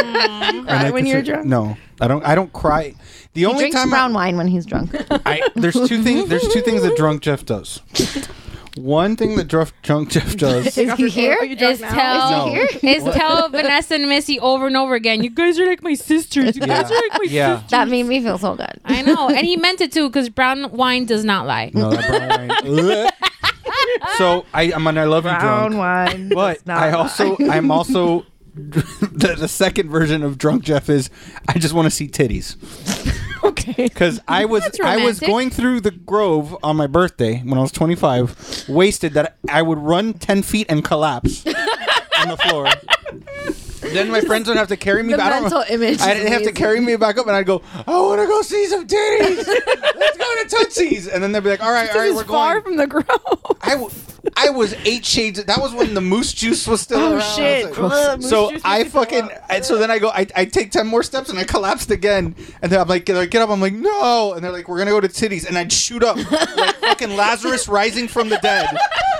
D: And I
E: when you're
D: consider-
E: drunk?
D: No, I don't. I don't cry. The
H: he
D: only
H: drinks
D: time
H: brown wine when he's drunk.
D: I, I- there's two things. There's two things that drunk Jeff does. One thing that drunk drunk Jeff does.
H: Is he here?
E: Are
D: Oh,
E: you drunk
F: is
E: now?
F: tell
D: No.
F: is tell Vanessa and Missy over and over again. You guys are like my sisters. You guys are like my
D: Yeah.
H: That made me feel so good.
F: I know, and he meant it too because brown wine does not lie.
D: No, that brown wine. so I, I'm an I love you drunk.
H: wine.
D: But I also I'm also the, the second version of drunk Jeff is I just want to see titties.
H: okay.
D: Because I was
F: That's
D: I was
F: romantic.
D: going through the Grove on my birthday when I was 25, wasted that I would run 10 feet and collapse on the floor. Then my friends would have to carry me.
H: The
D: back. I don't-
H: mental image
D: I
H: is
D: didn't have to
H: amazing.
D: carry me back up, and I'd go, "I want to go see some titties. Let's go to Tootsie's." And then they'd be like, "All right, all right,
E: This
D: we're
E: is far
D: going."
E: from the grow.
D: I, w- I was eight shades. That was when the moose juice was still
E: Oh,
D: around. I
E: shit.
D: was
E: Ugh, moose
D: so
E: juice
D: I
E: makes you throw
D: fucking. I, so then I go. I, I take ten more steps and I collapsed again. And then I'm like, get, like, get up. I'm like, no. And they're like, we're gonna go to titties. And I'd shoot up like fucking Lazarus rising from the dead.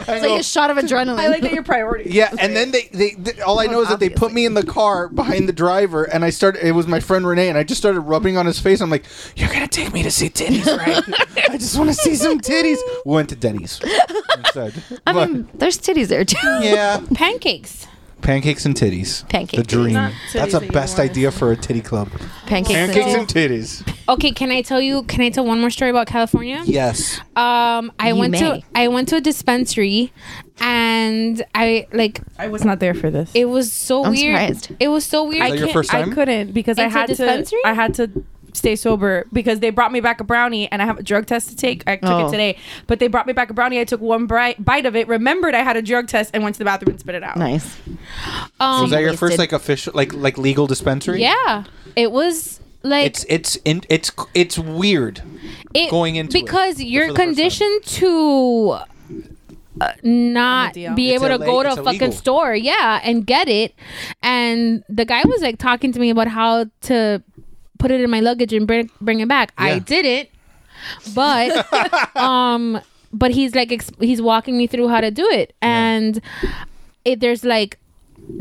D: I
H: It's
D: go,
H: like a shot of adrenaline.
E: I like that your priorities.
D: yeah, and then they, they, they all I know is that they put me in the car behind the driver, and I started. It was my friend Renee, and I just started rubbing on his face. I'm like, "You're gonna take me to see titties, right? I just want to see some titties." We went to Denny's instead.
H: I mean, there's titties there too.
D: Yeah.
F: Pancakes.
D: Pancakes and titties.
H: Pancakes.
D: The dream.
E: Not titties
D: That's a
E: that you
D: best
E: want.
D: idea for a titty club.
H: Pancakes.
D: Pancakes
H: and
D: and titties.
F: Okay, can I tell you? Can I tell one more story about California?
D: Yes.
F: Um, I
H: You
F: went to
H: may.
F: I went to a dispensary, and I like
E: I was not there for this.
F: it was so
H: I'm
F: weird.
H: surprised.
F: It was so weird.
D: that your
F: can't-
D: first
E: I
D: time?
E: couldn't because I
F: Into
E: had to.
F: dispensary?
E: I had to stay sober because they brought me back a brownie and I have a drug test to take. I took it
H: Oh.
E: today, but they brought me back a brownie. I took one bri- bite of it, remembered I had a drug test, and went to the bathroom and spit it out.
H: Nice.
F: um,
D: Was that your
H: wasted.
D: first like official like like legal dispensary?
F: yeah, it was like
D: It's it's in, it's it's weird.
F: it,
D: going into it
F: because
D: for the
F: you're
D: first time.
F: conditioned to uh, not
E: deal.
F: be
D: It's
F: able to
D: LA,
F: go to a
D: it's
F: fucking
D: illegal.
F: store, yeah, and get it. And the guy was like talking to me about how to put it in my luggage and bring bring it back. I
D: Yeah.
F: didn't, but um, but he's like ex- he's walking me through how to do it and it there's like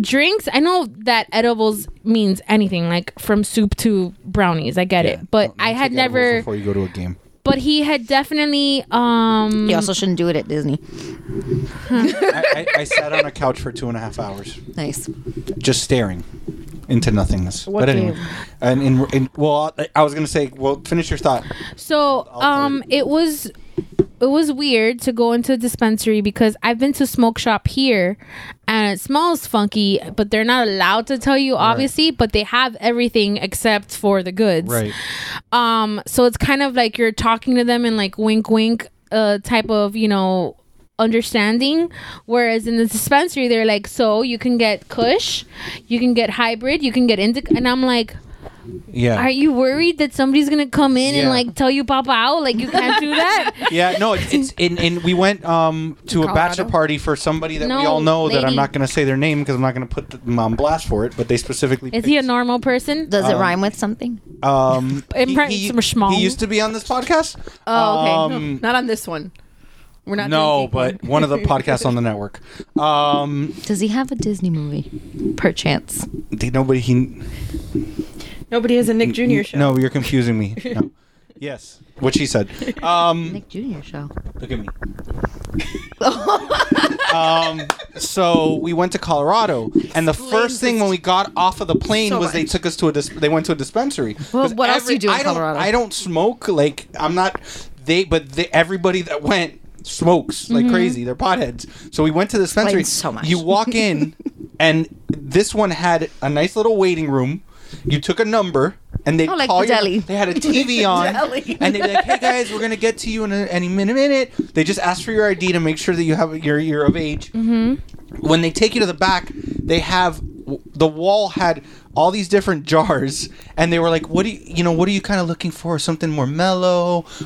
F: drinks i know that edibles means anything like from soup to brownies i get it but
D: Don't-
F: i
D: don't
F: had
D: take edibles
F: never
D: Before you go to a game,
F: but he had definitely um
H: You also shouldn't do it at Disney.
D: I, I, I sat on a couch for two and a half hours,
H: Nice.
D: just staring into nothingness.
E: What
D: but anyway,
E: game?
D: and in, in well, I- I was gonna say, well, finish your thought.
F: So um it was it was weird to go into a dispensary because I've been to smoke shop here and it smells funky, but they're not allowed to tell you obviously, but they have everything except for the goods. Um so it's kind of like you're talking to them in like wink wink uh type of, you know, understanding whereas in the dispensary they're like so you can get kush you can get hybrid you can get indica and i'm like
D: Yeah.
F: are you worried that somebody's gonna come in
D: Yeah.
F: and like tell you pop out? Like you can't do that.
D: yeah, no, it's, it's in, in. We went um to a bachelor party for somebody that we
F: No,
D: all know that I'm
F: lady.
D: not going to say their name because I'm not going to put them on blast for it. But they specifically
F: Is he a
D: picked,
F: normal person?
H: Does it rhyme with something?
D: um
F: And perhaps some schmall.
D: he used to be on this podcast.
E: Oh, okay.
D: Um,
E: not on this one. We're not.
D: no,
E: doing
D: but
E: sequel.
D: one of the podcasts on the network. Um,
H: Does he have a Disney movie? Perchance.
D: did nobody he
E: nobody has a Nick Jr. show.
D: no, you're confusing me. No. Yes, what she said. Um,
H: Nick Jr. show.
D: look at me. um, so we went to Colorado, and the first thing when we got off of the plane
E: So
D: was they
E: much.
D: took us to a dis- they went to a dispensary. 'Cause
H: what else do you do in
D: I don't-
H: Colorado?
D: I don't smoke. Like I'm not they, but they, everybody that went smokes like crazy. They're potheads. So we went to the dispensary.
H: Explains Mm-hmm. so much.
D: You walk in, and this one had a nice little waiting room. You took a number. And they
H: Oh, like
D: call
H: the
D: your-
H: deli.
D: They had a TV on,
E: deli.
D: and they'd be like, "Hey guys, we're gonna get to you in a, any minute, minute." They just ask for your ID to make sure that you have your you're of age
F: Mm-hmm.
D: when they take you to the back, they have the wall had all these different jars, and they were like, "What do you, you know? What are you kind of looking for? Something more mellow?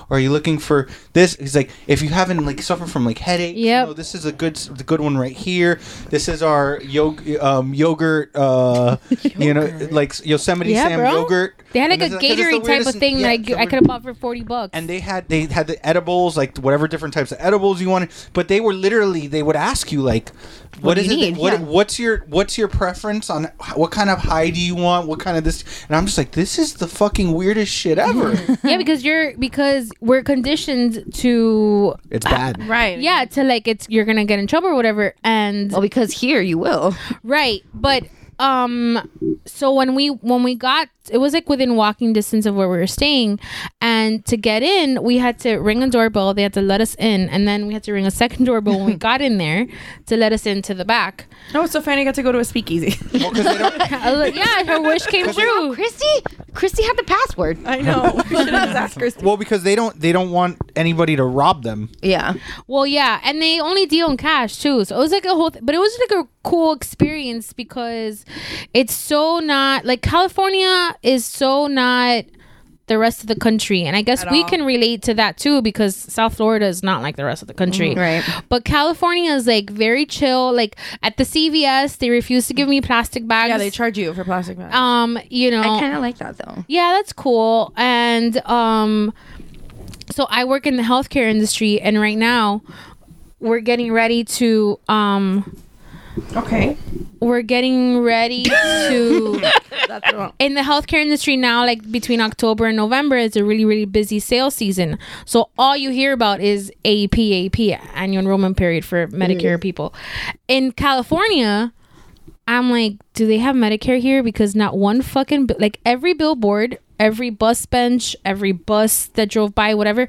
D: Or are you looking for this?" He's like, "If you haven't like suffered from like headache,
F: Yep.
D: this is a good s- the good one right here. This is our yog- um, yogurt, uh, you know, like Yosemite
F: Yeah,
D: Sam
F: bro.
D: yogurt.
F: They had like
D: And
F: a
D: this is- 'cause it's the
F: Gatorade type of
D: weirdest-
F: thing.
D: yeah,
F: like
D: it's the
F: I
D: weird-
F: could have bought for forty bucks.
D: and they had they had the edibles like whatever different types of edibles you wanted but they were literally they would ask you like what
H: do
D: is
H: you
D: it that-
H: need?
D: what,
H: Yeah.
D: what's your what's your preference on h- what kind of high do you want what kind of this and i'm just like this is the fucking weirdest shit ever
F: yeah, because you're because we're conditioned to
D: it's bad
E: right.
F: yeah to like it's you're gonna get in trouble or whatever. And
H: Well, because here you will.
F: right, but um, so when we when we got it was like within walking distance of where we were staying, and to get in we had to ring a doorbell. They had to let us in, and then we had to ring a second doorbell when we got in there to let us into the back.
E: No, so Fanny got to go to a speakeasy.
F: I was like, yeah, her wish came true.
H: Christy? Christy had the password.
E: I know. We should have asked Christy.
D: well because they don't they don't want anybody to rob them
H: Yeah.
F: Well, yeah, and they only deal in cash too, so it was like a whole. Th- but it was like a cool experience because it's so not like California is so not the rest of the country, and I guess we can relate to that too because South Florida is not like the rest of the country,
H: Mm-hmm. right.
F: But California is like very chill. Like at the CVS, they refuse to give me plastic bags.
E: Yeah, they charge you for plastic bags.
F: um, you know,
H: I kind of like that though.
F: yeah that's cool and um so i work in the healthcare industry and right now we're getting ready to um
E: Uh, okay.
F: we're getting ready to
E: That's wrong.
F: in the healthcare industry now like between october and november it's a really really busy sales season so all you hear about is aap aap annual enrollment period for medicare people in california i'm like do they have medicare here because not one fucking bi- like every billboard every bus bench every bus that drove by whatever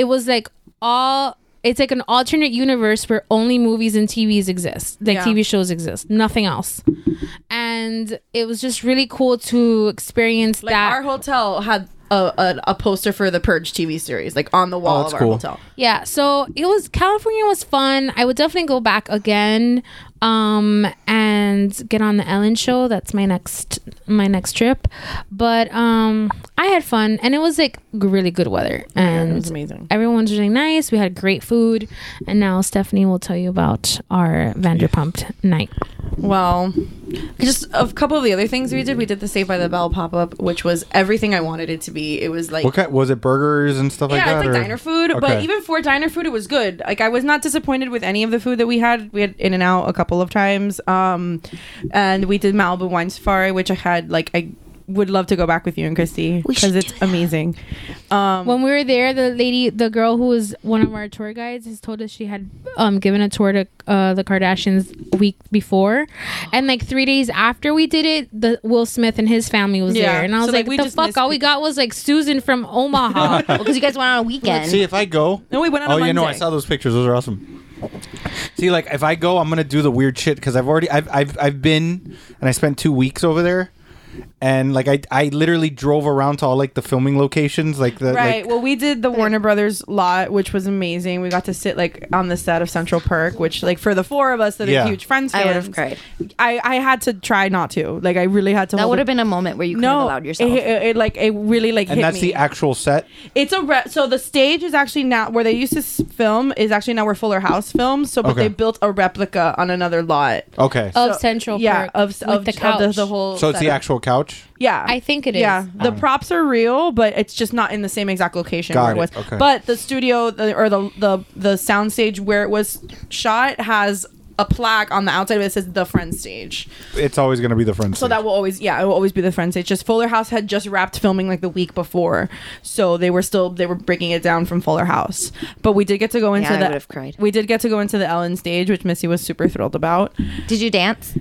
F: it was like all it's like an alternate universe where only movies and TVs exist, like
E: Yeah.
F: TV shows exist, nothing else and it was just really cool to experience
E: Like
F: that.
E: our hotel had a, a, a poster for the Purge TV series, like on the wall
D: Oh, that's
E: of our
D: cool.
E: hotel.
F: yeah, so it was California was fun. I would definitely go back again. um, and get on the Ellen show. That's my next my next trip. But um, I had fun, and it was like really good weather, and
J: was amazing.
F: Everyone was really nice. We had great food, and now Stephanie will tell you about our Vanderpump night.
J: Well, just a couple of the other things we did. We did the Save by the Bell pop up, which was everything I wanted it to be. It was like
D: What kind was it? Burgers and stuff like
E: yeah,
D: that.
E: it's like
D: or-
E: diner food,
D: Okay.
E: but even for diner food, it was good. Like I was not disappointed with any of the food that we had. We had In and Out a couple of times, um, and we did Malibu Wine Safari, which I had like I would love to go back with you and Christy because it's amazing. Um,
F: When we were there, the lady, the girl who was one of our tour guides, has told us she had um, given a tour to uh, the Kardashians a week before, and like three days after we did it, the Will Smith and his family was
E: Yeah.
F: there, and I was
E: So, like,
F: like,
E: we
F: "What the
E: just
F: fuck!"
E: missed
F: All we
E: people.
F: got was like Susan from Omaha.
H: because you guys went on a weekend.
D: See if I go.
E: No, we went on a
D: Oh, you know, I
E: Wednesday.
D: saw those pictures. Those are awesome. See, like if I go, I'm gonna do the weird shit because I've already I've, I've I've been and I spent two weeks over there, and like I I literally drove around to all like the filming locations, like the
E: Right.
D: Like,
E: well, we did the Warner Brothers lot, which was amazing. We got to sit like on the set of Central Park, which like for the four of us that
D: Yeah.
E: are huge Friends
H: I
E: fans,
H: would've cried.
E: I I had to try not to. Like I really had to.
H: that
E: hold
H: would have
E: it-
H: been a moment where you could have
E: no.
H: allowed yourself.
E: It, it- it, like it really like
D: and
E: hit
D: that's
E: me.
D: the actual set.
E: It's a re- so the stage is actually now where they used to s- film is actually now where Fuller House films. So, but
D: Okay.
E: they built a replica on another lot.
D: Okay,
F: of
E: So-
F: Central
E: yeah,
F: Park,
E: of,
F: with
E: of
F: the couch.
E: of the, the whole.
D: so it's the
E: setup.
D: actual couch.
E: Yeah,
F: I think it is.
E: Yeah, the props are real, but it's just not in the same exact location
D: Oh. Got
E: where it
D: it,
E: was.
D: okay.
E: But the studio the, or the the the soundstage where it was shot has a plaque on the outside of it that says the friend stage.
D: It's always gonna be the front.
E: So that will always, yeah, it will always be the friend stage. Just Fuller House had just wrapped filming like the week before, so they were still they were breaking it down from Fuller House. But we did get to go into
H: I
E: the.
H: would've cried.
E: We did get to go into the Ellen stage, which Missy was super thrilled about.
H: Did you dance?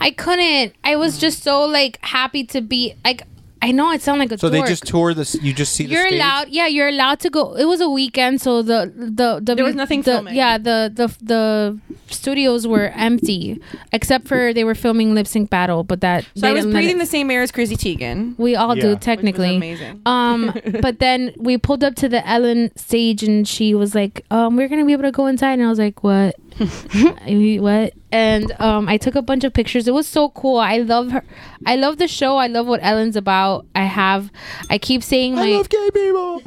F: I couldn't. I was just so like happy to be like. I know it sound like a
D: So they
F: dork.
D: just tour this. You just see.
F: you're
D: the stage?
F: allowed yeah you're allowed to go it was a weekend so the the, the
E: There was nothing
F: the,
E: filming.
F: yeah the, the the studios were empty except for they were filming lip sync battle but that
E: So I
F: they
E: was
F: didn't let
E: breathing
F: it-
E: the same air as Chrissy Teigen.
F: we all
D: Yeah.
F: do
D: Which was
F: technically
E: amazing.
F: um but then we pulled up to the ellen stage and she was like um we're gonna be able to go inside and i was like what I- what and um i took a bunch of pictures it was so cool i love her i love the show i love what ellen's about i have i keep saying my
D: I love gay people.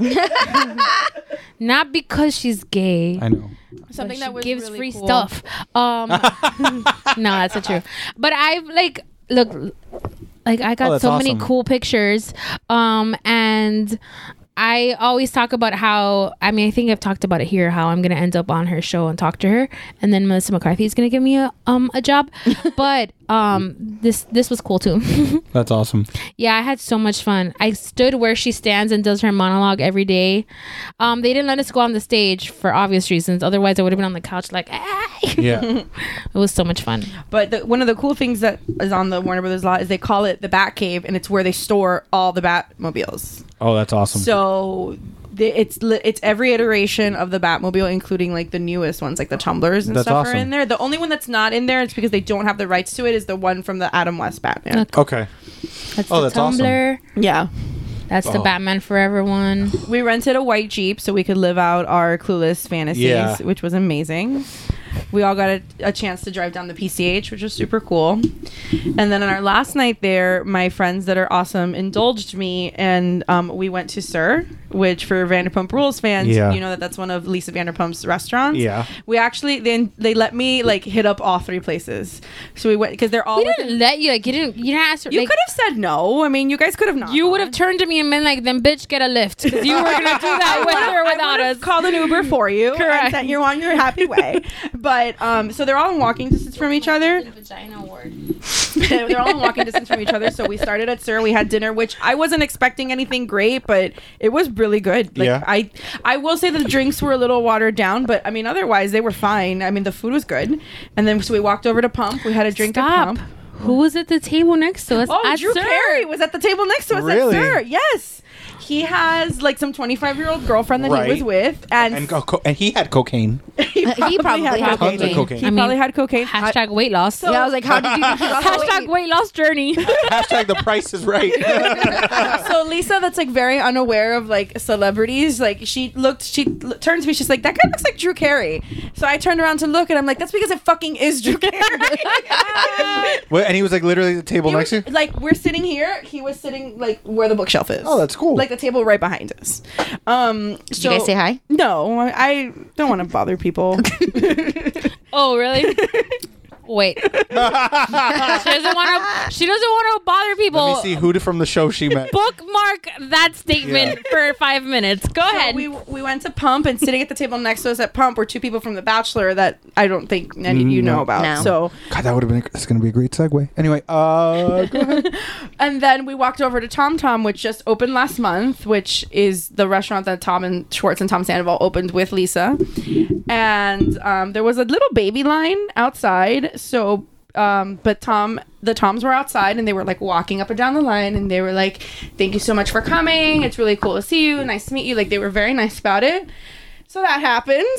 F: not because she's gay
D: I know.
E: Something
F: she
E: that was
F: gives
E: really
F: free
E: cool.
F: stuff. Um, no, that's not true. But I've like look, like I got
D: Oh, that's
F: so many
D: awesome.
F: cool pictures, um, and I always talk about how I mean I think I've talked about it here how I'm gonna end up on her show and talk to her, and then Melissa McCarthy is gonna give me a um a job, but um this this was cool too.
D: That's awesome.
F: Yeah, I had so much fun. I stood where she stands and does her monologue every day. Um, they didn't let us go on the stage for obvious reasons. Otherwise, I would have been on the couch like, "Ah."
D: Yeah.
F: it was so much fun.
E: But the, one of the cool things that is on the Warner Brothers lot is they call it the Bat Cave, and it's where they store all the Batmobiles.
D: oh, that's awesome.
E: So the, it's li- it's every iteration of the Batmobile, including like the newest ones, like the tumblers and
D: That's
E: stuff
D: awesome.
E: are in there. The only one that's not in there, it's because they don't have the rights to it, is the one from the Adam West Batman.
D: okay.
F: That's
D: Oh,
F: the
D: that's awesome.
F: Tumblr.
E: Yeah,
F: That's the Batman Forever one.
E: we rented a white jeep so we could live out our clueless fantasies,
D: Yeah.
E: which was amazing. We all got a, a chance to drive down the PCH, which was super cool. And then on our last night there, my friends that are awesome indulged me, and um, we went to Sir, which for Vanderpump Rules fans,
D: Yeah.
E: you know that that's one of Lisa Vanderpump's restaurants.
D: Yeah.
E: we actually then they let me like hit up all three places, so we went because they're all.
F: We
E: within-
F: didn't let you like you didn't you didn't ask.
E: you
F: like,
E: could have said no. I mean, you guys could have not.
F: you would have turned to me and been like, "Then bitch, get a lift," because you were gonna do that with or without us.
E: Called an Uber for you
F: Correct.
E: and sent you on your happy way. but um, so they're all in walking distance from each other.
F: Vagina word.
E: they're all in walking distance from each other. So we started at Sir. We had dinner, which I wasn't expecting anything great, but it was really good. Like
D: Yeah.
E: I, I will say the drinks were a little watered down, but I mean otherwise they were fine. I mean the food was good, and then so we walked over to Pump. We had a drink
F: Stop.
E: at Pump.
F: Who was at the table next to us?
E: Oh,
F: at
E: Drew
F: Sir?
E: Carey was at the table next to us
D: Really?
E: at Sir. Yes. He has like some 25 year old girlfriend that
D: Right.
E: he was with, and,
D: And co- co- and he had cocaine.
E: He probably,
H: probably
E: had
H: had
E: cocaine.
H: cocaine.
E: He probably had cocaine. I-
F: Hashtag weight loss.
H: yeah, I was like, how did you think he lost the
F: Hashtag
H: weight?
F: weight loss journey.
D: Hashtag the price is right.
E: so Lisa, that's like very unaware of like celebrities. Like she looked, she l- turned to me. She's like, "That guy looks like Drew Carey." So I turned around to look, and I'm like, "That's because it fucking is Drew Carey."
D: Wait, and he was like literally at the table
E: He
D: next
E: was-
D: to you.
E: like we're sitting here. He was sitting like where the bookshelf is.
D: Oh, that's cool.
E: Like the table right behind us. Um,
H: Did you guys say hi?
E: No, I- I don't want to bother people.
F: oh, really? Wait. she doesn't want to. She doesn't want to bother people.
D: Let me see who from the show she met.
F: Bookmark that statement for five minutes. Go
E: So
F: ahead.
E: we we went to Pump, and sitting at the table next to us at Pump were two people from The Bachelor that I don't think any
D: Mm,
E: of you know about.
H: No.
E: So,
D: God, that would have been. It's going to be a great segue. Anyway, uh, go ahead.
E: and then we walked over to Tom Tom, which just opened last month, which is the restaurant that Tom and Schwartz and Tom Sandoval opened with Lisa. And um, there was a little baby line outside. So. Um, but Tom, the Toms were outside and they were like walking up and down the line and they were like, Thank you so much for coming. It's really cool to see you. Nice to meet you. Like, they were very nice about it. So that happened.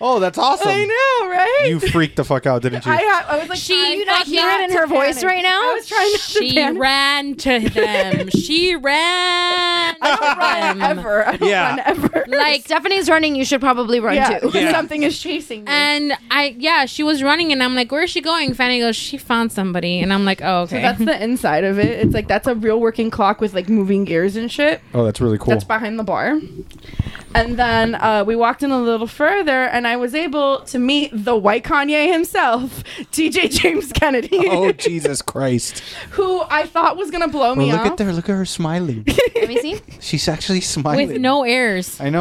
D: Oh, that's awesome.
E: I know, right?
D: You freaked the fuck out, didn't you?
E: I, ha- I was like,
F: She-
E: trying
F: you
E: not
F: not hear it in
E: to
F: her voice
E: panic.
F: right now?
E: I was trying not to
F: she
E: panic.
F: ran to them. she ran.
E: I don't run
F: them.
E: ever. I don't
D: Um, Yeah.
E: run ever.
F: Like
H: Stephanie's running. You should probably run
E: yeah,
H: too.
E: when something is chasing me.
F: And I, yeah, she was running, and I'm like, "Where is she going?" Fanny goes, "She found somebody," and I'm like, "Oh, okay."
E: so that's the inside of it. It's like that's a real working clock with like moving gears and shit.
D: oh, that's really cool.
E: That's behind the bar. And then uh, we walked in a little further, and I was able to meet the white Kanye himself, DJ James Kennedy,
D: oh, Jesus Christ.
E: who I thought was gonna blow
D: Well,
E: me
D: look
E: up.
D: at her. Look at her smiling.
H: Let me see.
D: She's actually smiling.
F: with no airs.
D: I know.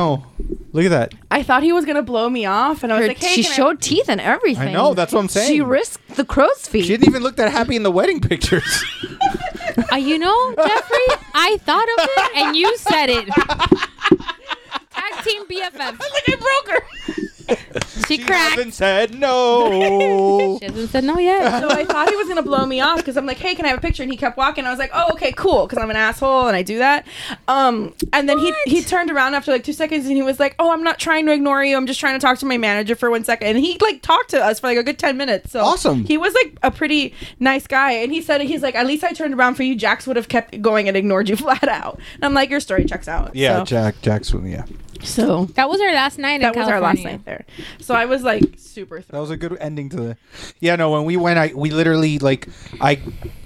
D: Look at that.
E: I thought he was gonna blow me off, and I was
H: Her-
E: like, "Hey,
H: she
E: can I-
H: showed teeth and everything.
D: I know. That's what I'm saying.
H: She risked the crow's feet.
D: She didn't even look that happy in the wedding pictures.
F: Uh, you know, Jeffrey, I thought of it, and you said it. Tag team BFF.
E: I broke her."
F: She cracked.
D: Haven't said no.
F: She hasn't said no yet.
E: So I thought he was gonna blow me off because I'm like, hey, can I have a picture? And he kept walking. I was like, oh, okay, cool, because I'm an asshole and I do that. Um, and then he he turned around after like two seconds and he was like, oh, I'm not trying to ignore you. I'm just trying to talk to my manager for one second. And he like talked to us for like a good ten minutes. So
D: Awesome.
E: He was like a pretty nice guy, and he said he's like, at least I turned around for you. Jax would have kept going and ignored you flat out. And I'm like, your story checks out.
D: yeah,
E: So-
D: Jack. Jackson. Yeah.
E: so
F: That was our last night.
E: that
F: in
E: was our last
F: California.
E: night there. So I was like super.
D: That
E: Thrilled.
D: was a good ending to the. Yeah, no. When we went, I we literally like I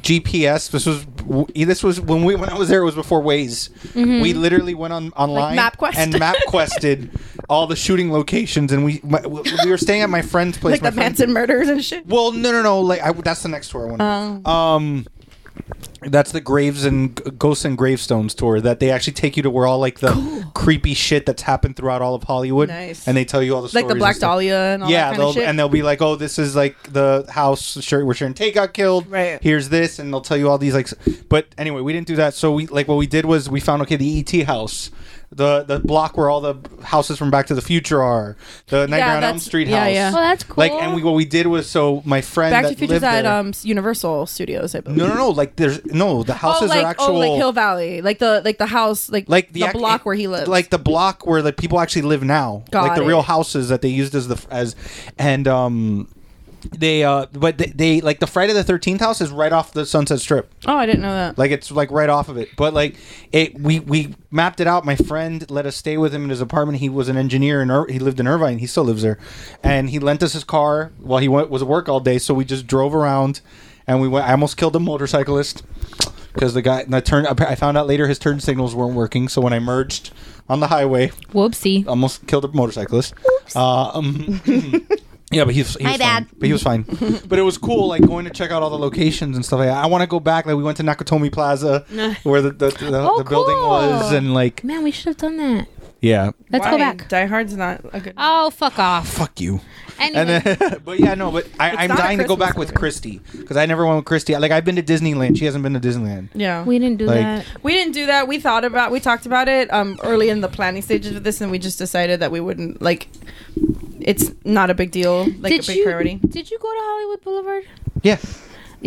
D: GPS. This was w- e, this was when we when I was there. It was before Waze.
E: Mm-hmm.
D: We literally went on online
E: MapQuest?
D: and map quested all the shooting locations, and we my, we we were staying at my friend's place.
E: Like
D: my
E: the
D: friend-
E: Manson murders and shit.
D: Well, no, no, no. Like I, that's the next tour I want.
E: Oh.
D: to Um, that's the graves and G- ghosts and gravestones tour that they actually take you to where all like the creepy shit that's happened throughout all of Hollywood.
E: Nice.
D: And they tell you all the
E: Like the
D: stories
E: Black
D: and stuff
E: Dahlia and all
D: yeah,
E: that kind of
D: they'll,
E: shit.
D: and they'll be like, "Oh, this is like the house Sher- where Sharon Tate got killed.
E: Right.
D: Here's this," and they'll tell you all these like. s- But anyway, we didn't do that. So we like what we did was we found okay the ET house, the the block where all the houses from Back to the Future are, the Nightmare on Elm
E: that's-
D: Street
E: yeah,
D: house.
E: yeah.
F: Oh, that's cool.
D: Like, and we what we did was so my friend
E: Back
D: that
E: to the Future's
D: lived
E: at
D: there-
E: um, Universal Studios, I believe.
D: no, no, no. Like there's no the
E: Oh,
D: houses
E: like
D: are actual
E: oh, like Hill Valley, like the like the house, like
D: like
E: the,
D: act-
E: block where he lives.
D: like the block where the people actually live now,
E: Got
D: like the
E: it.
D: real houses that they used as the as, and um, they uh, but they, they like the Friday the Thirteenth house is right off the Sunset Strip,
E: oh, I didn't know that.
D: like it's like right off of it. But like it, we we mapped it out. My friend let us stay with him in his apartment. He was an engineer and Ir- he lived in Irvine. He still lives there, and he lent us his car while he went was at work all day. So we just drove around, and we went. I almost killed a motorcyclist because the guy and I turned. I found out later his turn signals weren't working. So when I merged on the highway,
F: Whoopsie.
D: almost killed a motorcyclist. Uh, um, yeah, but he was, he was
H: bad.
D: fine. But he was fine. but it was cool, like going to check out all the locations and stuff. Like that. I want to go back. Like we went to Nakatomi Plaza, where the the, the,
F: Oh,
D: the building
F: cool.
D: was, and like
F: Man, we should have done that.
D: yeah,
F: Let's go
E: Why?
F: back.
E: Die Hard's not a good.
F: Oh, fuck off.
D: fuck you.
F: Anyway,
D: And then, but yeah, no, but I, I'm
E: not a
D: dying to go
E: Christmas
D: back with
E: movie.
D: Christy because I never went with Christy. Like I've been to Disneyland, she hasn't been to Disneyland.
E: yeah, we,
F: we didn't do
D: Like-
F: that.
E: didn't do that. We thought about, we talked about it um early in the planning stages of this, and we just decided that we wouldn't like. It's not a big deal, like
F: did
E: a big
F: you,
E: priority.
F: Did you go to Hollywood Boulevard?
D: Yeah,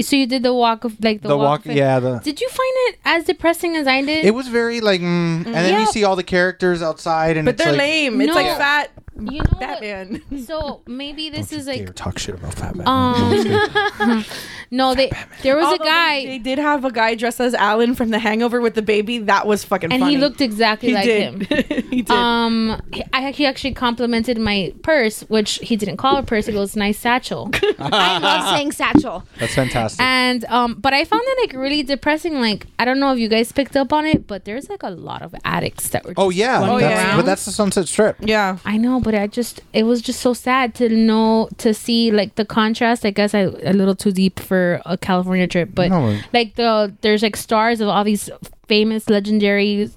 F: So you did the walk of like the,
D: the
F: walk.
D: walk.
F: of fame?
D: Yeah, the.
F: Did you find it as depressing as I did?
D: It was very like, mm, and then
F: Yeah.
D: you see all the characters outside, and
E: But
D: it's
E: they're
D: like,
E: lame. It's
F: No.
E: like fat
F: You know what?
E: Batman.
F: So maybe this is like
D: Dare talk shit about Fat
F: um no they there was
E: Although
F: a guy
E: They, they did have a guy dressed as Alan from The Hangover with the baby. That was fucking.
F: and
E: funny.
F: he looked exactly
E: He
F: like
E: did.
F: him.
E: he did.
F: Um, he- I he actually complimented my purse, which he didn't call a purse. He goes, "Nice satchel." I love saying satchel.
D: That's fantastic.
F: And um, but I found it like really depressing. Like I don't know if you guys picked up on it, but there's like a lot of addicts that were.
D: Oh yeah,
F: wandering
D: that's,
F: around.
D: but that's the Sunset Strip.
E: yeah.
F: I know, but I just it was just so sad to know to see like the contrast. I guess I a little too deep for a California trip, but
D: No.
F: like the there's like stars of all these famous, legendary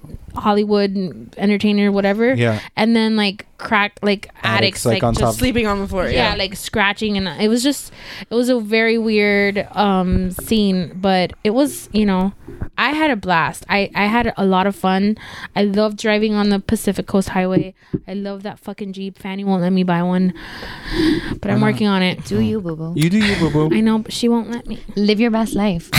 F: Hollywood entertainer, whatever.
D: Yeah.
F: and then like crack like addicts,
D: like,
F: like,
D: on
F: just
D: top.
E: Sleeping on the floor.
F: yeah,
E: Yeah.
F: like scratching and it was just it was a very weird um scene but it was you know i had a blast i i had a lot of fun i love driving on the pacific coast highway i love that fucking jeep fanny won't let me buy one but i'm working on it
H: Do you, boo boo?
D: You do you, boo
F: i
D: boo.
F: know but she won't let me
H: Live your best life.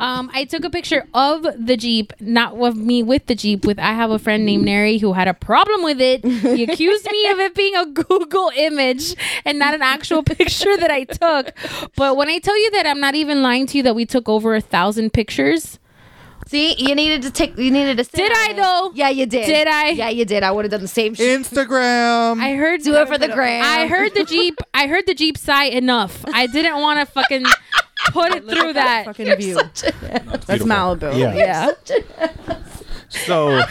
F: um i took a picture of the jeep not of me with the jeep with i have a friend named neri who had a problem with it he accused me of it being a google image and not an actual picture that i took but when i tell you that i'm not even lying to you that we took over a thousand pictures
H: See, you needed to take. You needed to. sit
F: Did
H: on
F: I,
H: it.
F: though?
H: Yeah, you did.
F: Did I?
H: Yeah, you did. I would have done the same shit.
D: Instagram.
F: i heard
H: Do it for the gram.
F: i heard the jeep i heard the jeep sigh enough i didn't want to fucking put it through that
E: Fucking view. That's
H: Oh,
E: Malibu.
D: yeah.
F: yeah
D: So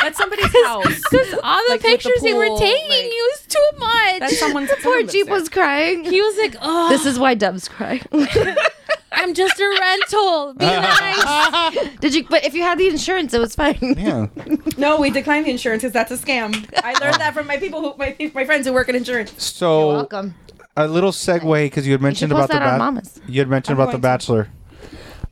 E: That's somebody's house.
F: because all the
E: Like, with the
F: pictures they were
E: pool,
F: taking
E: like-
F: it was too much
E: That's someone's.
H: Poor
E: someone lives
H: Jeep
E: there.
H: was crying.
F: he was like oh
H: This is why Dubs cry.
F: i'm just a rental Be nice.
H: Did you? But if you had the insurance, it was fine.
D: yeah,
E: No, we declined the insurance because that's a scam. I learned that from my people, who, my my friends who work in insurance.
D: so
H: Welcome.
D: a little segue because you had mentioned
H: post
D: about the
H: that on
D: ba-
H: Mama's.
D: you had mentioned about the Bachelor.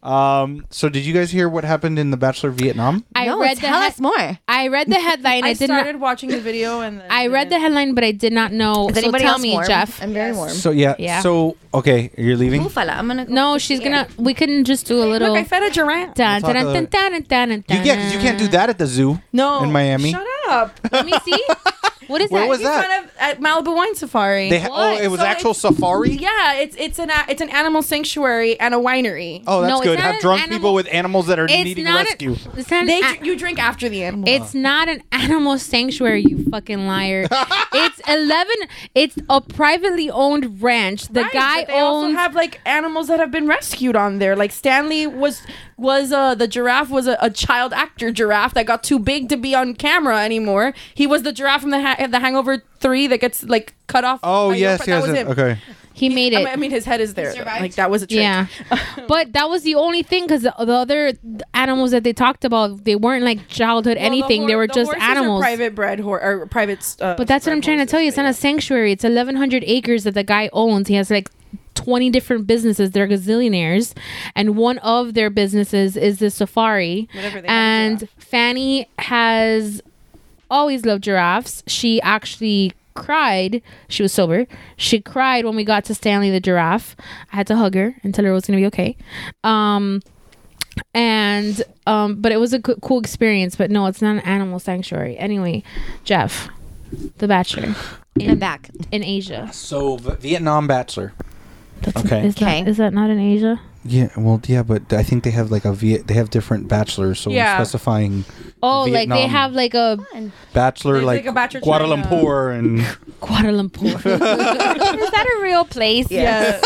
D: Um, so did you guys hear what happened in the Bachelor Vietnam?
F: I
H: no,
F: read the
H: tell
F: he-
H: us more.
F: I read the headline. I,
E: I
F: did not.
E: started watching the video and then
F: I read the headline, but I did not know.
H: Is
F: so
H: anybody
F: tell
H: else
F: me,
H: warm?
F: Jeff.
H: I'm very warm.
D: So yeah,
F: Yeah.
D: So okay, you're leaving.
H: Bufala, I'm gonna. Go
F: No, she's gonna. We couldn't just do a little.
E: Look, I fed a giraffe.
F: dun,
D: We'll
F: dun,
D: talk
F: dun,
D: about-
F: dun, dun, dun, dun,
D: You yeah, 'cause you can't do that at the zoo.
E: No,
D: In Miami?
E: Shut up.
F: Let me see. What is
D: Where
F: that?
D: was
E: He's
D: that?
E: kind of at Malibu Wine Safari.
D: They ha- oh,
F: What?
D: it was
E: So
D: actual
E: it's-
D: safari.
E: yeah, it's it's an a- it's an animal sanctuary and a winery.
D: Oh, that's
F: No, it's
D: good.
F: not
D: Have
F: an
D: drunk
F: animal-
D: people with animals that are
F: It's
D: needing
F: not.
D: rescue. Oh, Uh.
F: An, it's not. An
E: They
F: a-
E: dr- you drink after the animal.
F: it's not an animal sanctuary, you fucking liar. it's eleven. It's a privately owned ranch. The
E: Right,
F: guy
E: but they also
F: owns.
E: have like animals that have been rescued on there. Like Stanley was was uh the giraffe was a, a child actor giraffe that got too big to be on camera anymore. He was the giraffe from the ha- the Hangover Three that gets like cut off.
D: Oh
E: by your
D: yes,
E: friend.
D: yes.
E: That was him.
D: Okay.
F: he made
E: I
F: it.
E: mean, I mean, his head is there. though. Like that was a trick.
F: Yeah, but that was the only thing because the, the other animals that they talked about, they weren't like childhood
E: Well, the
F: anything. they
E: hor-
F: were
E: the
F: just
E: horses are
F: animals.
E: private bred hor- or private. Uh,
F: But that's what
E: bred
F: I'm trying to
E: horses,
F: tell you. It's
E: but
F: not a sanctuary. It's 1,100 acres that the guy owns. He has like 20 different businesses. They're gazillionaires, and one of their businesses is the safari.
E: Whatever they have,
F: and Fanny has always loved giraffes. She actually cried. She was sober. She cried when we got to Stanley the giraffe. I had to hug her and tell her it was gonna be okay. Um, and um, but it was a coo- cool experience. But no, it's not an animal sanctuary. Anyway, Jeff, The Bachelor
H: I'm back.
F: in Asia.
D: So v- Vietnam Bachelor.
F: That's
D: Okay.
F: Is
H: Okay.
F: That, is that not in Asia?
D: Yeah. Well, yeah, but I think they have like a Viet. They have different bachelors, so
E: Yeah.
D: we're specifying
F: Oh, like they
D: Vietnam.
F: have like a
D: bachelor
E: There's
D: like,
E: like a Bachelor
D: Kuala
E: China.
D: Lumpur and
F: Kuala Lumpur. is that a real place?
E: Yeah,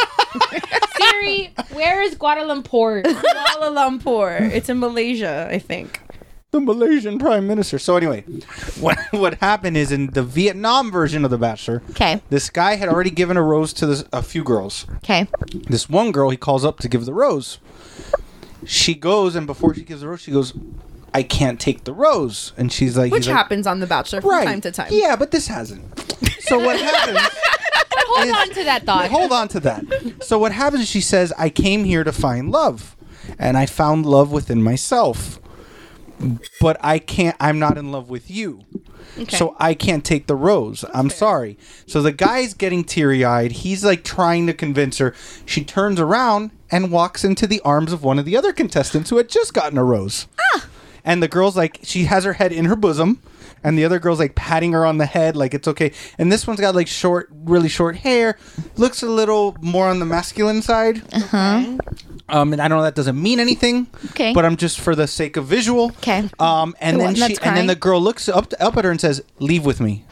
F: Siri, where is Kuala Lumpur?
E: Kuala Lumpur. It's in Malaysia, I think.
D: the Malaysian Prime Minister. So anyway, what what happened is in the Vietnam version of the Bachelor,
H: Okay.
D: this guy had already given a rose to this, a few girls.
H: Okay.
D: This one girl he calls up to give the rose. She goes and before she gives the rose, she goes, "I can't take the rose," and she's like,
E: Which
D: he's like,
E: happens on The Bachelor from time to time.
D: Yeah, but this hasn't. So what happens?
F: Hold on to that thought.
D: Hold on to that. So what happens is she says, I came here to find love. And I found love within myself. But I can't I'm not in love with you. So I can't take the rose. I'm sorry. So the guy's getting teary eyed. He's like trying to convince her. She turns around and walks into the arms of one of
E: Ah,
D: the other contestants who had just gotten a rose. And the girl's like, she has her head in her bosom. and the other girl's like patting her on the head, like it's okay. And this one's got like short, really short hair, looks a little more on the masculine side.
H: Huh?
D: Um, and I know that doesn't mean anything.
H: Uh-huh. Okay.
D: But I'm just for the sake of visual.
H: Okay.
D: Um, and then
H: The one
D: she,
H: that's
D: and then
H: crying?
D: the girl looks up up at her and says, "Leave with me."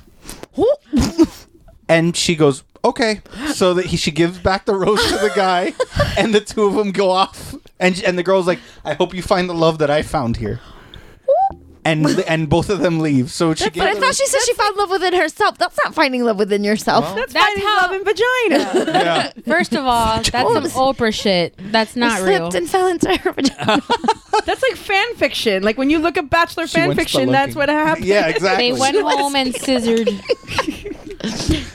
D: and she goes, "Okay." So that he, she gives back the rose to the guy, and the two of them go off. And and the girl's like, "I hope you find the love that I found here." And and both of them leave. So she.
H: But I thought she said she found love within herself. That's not finding love within yourself.
D: Well,
H: that's
E: That's how love and vagina.
D: Yeah.
F: First of all, that's some Oprah shit. That's not real.
H: slipped and fell into her vagina.
E: that's like fan fiction. Like when you look at bachelor
D: She
E: fan
D: went
E: fiction, that's
D: spelunking.
E: what happened.
D: Yeah, exactly.
F: They went home and scissored.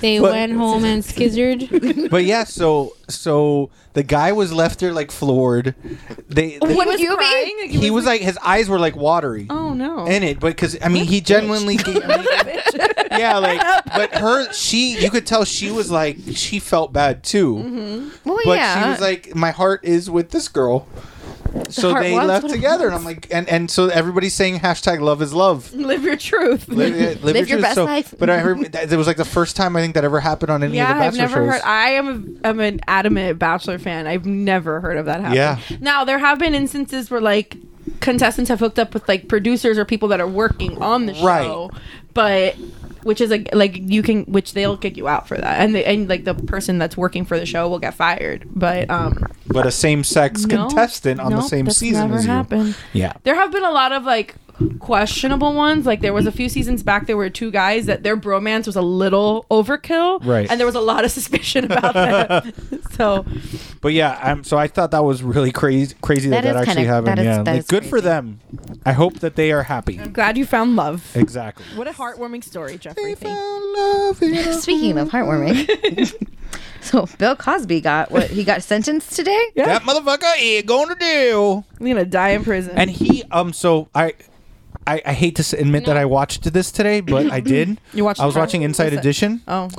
F: they
D: But-
F: went home and scissored.
D: But yeah, so so the guy was left there like floored. They. they-
H: What would
E: He
H: you
E: was
H: be?
E: crying. Like,
D: he was like his eyes were like watery.
E: oh no.
D: in it, but because I mean, he genuinely, gave, I mean, yeah, like, but her, she, you could tell she was like, she felt bad too,
H: Well,
D: but
H: yeah.
D: she was like, my heart is with this girl. So
H: heart
D: they
H: wants
D: left
H: what it
D: together, and I'm like, and and so everybody's saying hashtag love is love.
E: Live your truth.
D: Live, yeah, live
H: your
D: truth.
H: best
D: So-
H: life.
D: But I heard that, it was like the first time I think that ever happened on any
E: yeah,
D: of the
E: I've
D: Bachelor
E: never
D: shows.
E: heard. I am a, I'm an adamant Bachelor fan. I've never heard of that happening.
D: Yeah.
E: Now there have been instances where like contestants have hooked up with like producers or people that are working on the
D: Right.
E: show, but which is like like you can which they'll kick you out for that, and they, and like the person that's working for the show will get fired. But um,
D: but a same sex
E: No,
D: contestant on the
E: nope,
D: same
E: that's
D: season
E: never
D: as you.
E: happened.
D: Yeah.
E: There have been a lot of like questionable ones. Like there was a few seasons back, there were two guys that their bromance was a little overkill,
D: Right.
E: And there was a lot of suspicion about that. so
D: But yeah, I'm, so I thought that was really crazy. Crazy that
H: That
D: that,
H: is
D: actually
H: kinda-
D: happened.
H: that is-
D: yeah,
H: that
D: like,
H: is
D: good for
H: crazy.
D: them. I hope that they are happy.
E: glad you found love.
D: Exactly.
E: What a heartwarming story, Jeffrey. Thank
H: Speaking of heartwarming, so Bill Cosby got what he got sentenced today.
D: That motherfucker is going to do.
E: I'm gonna die in prison.
D: And he, um, so I. I, I hate to s- admit that I watched this today, but I did.
E: You watched
D: I was
E: the-
D: watching Inside
E: Inside-
D: Edition,
E: oh,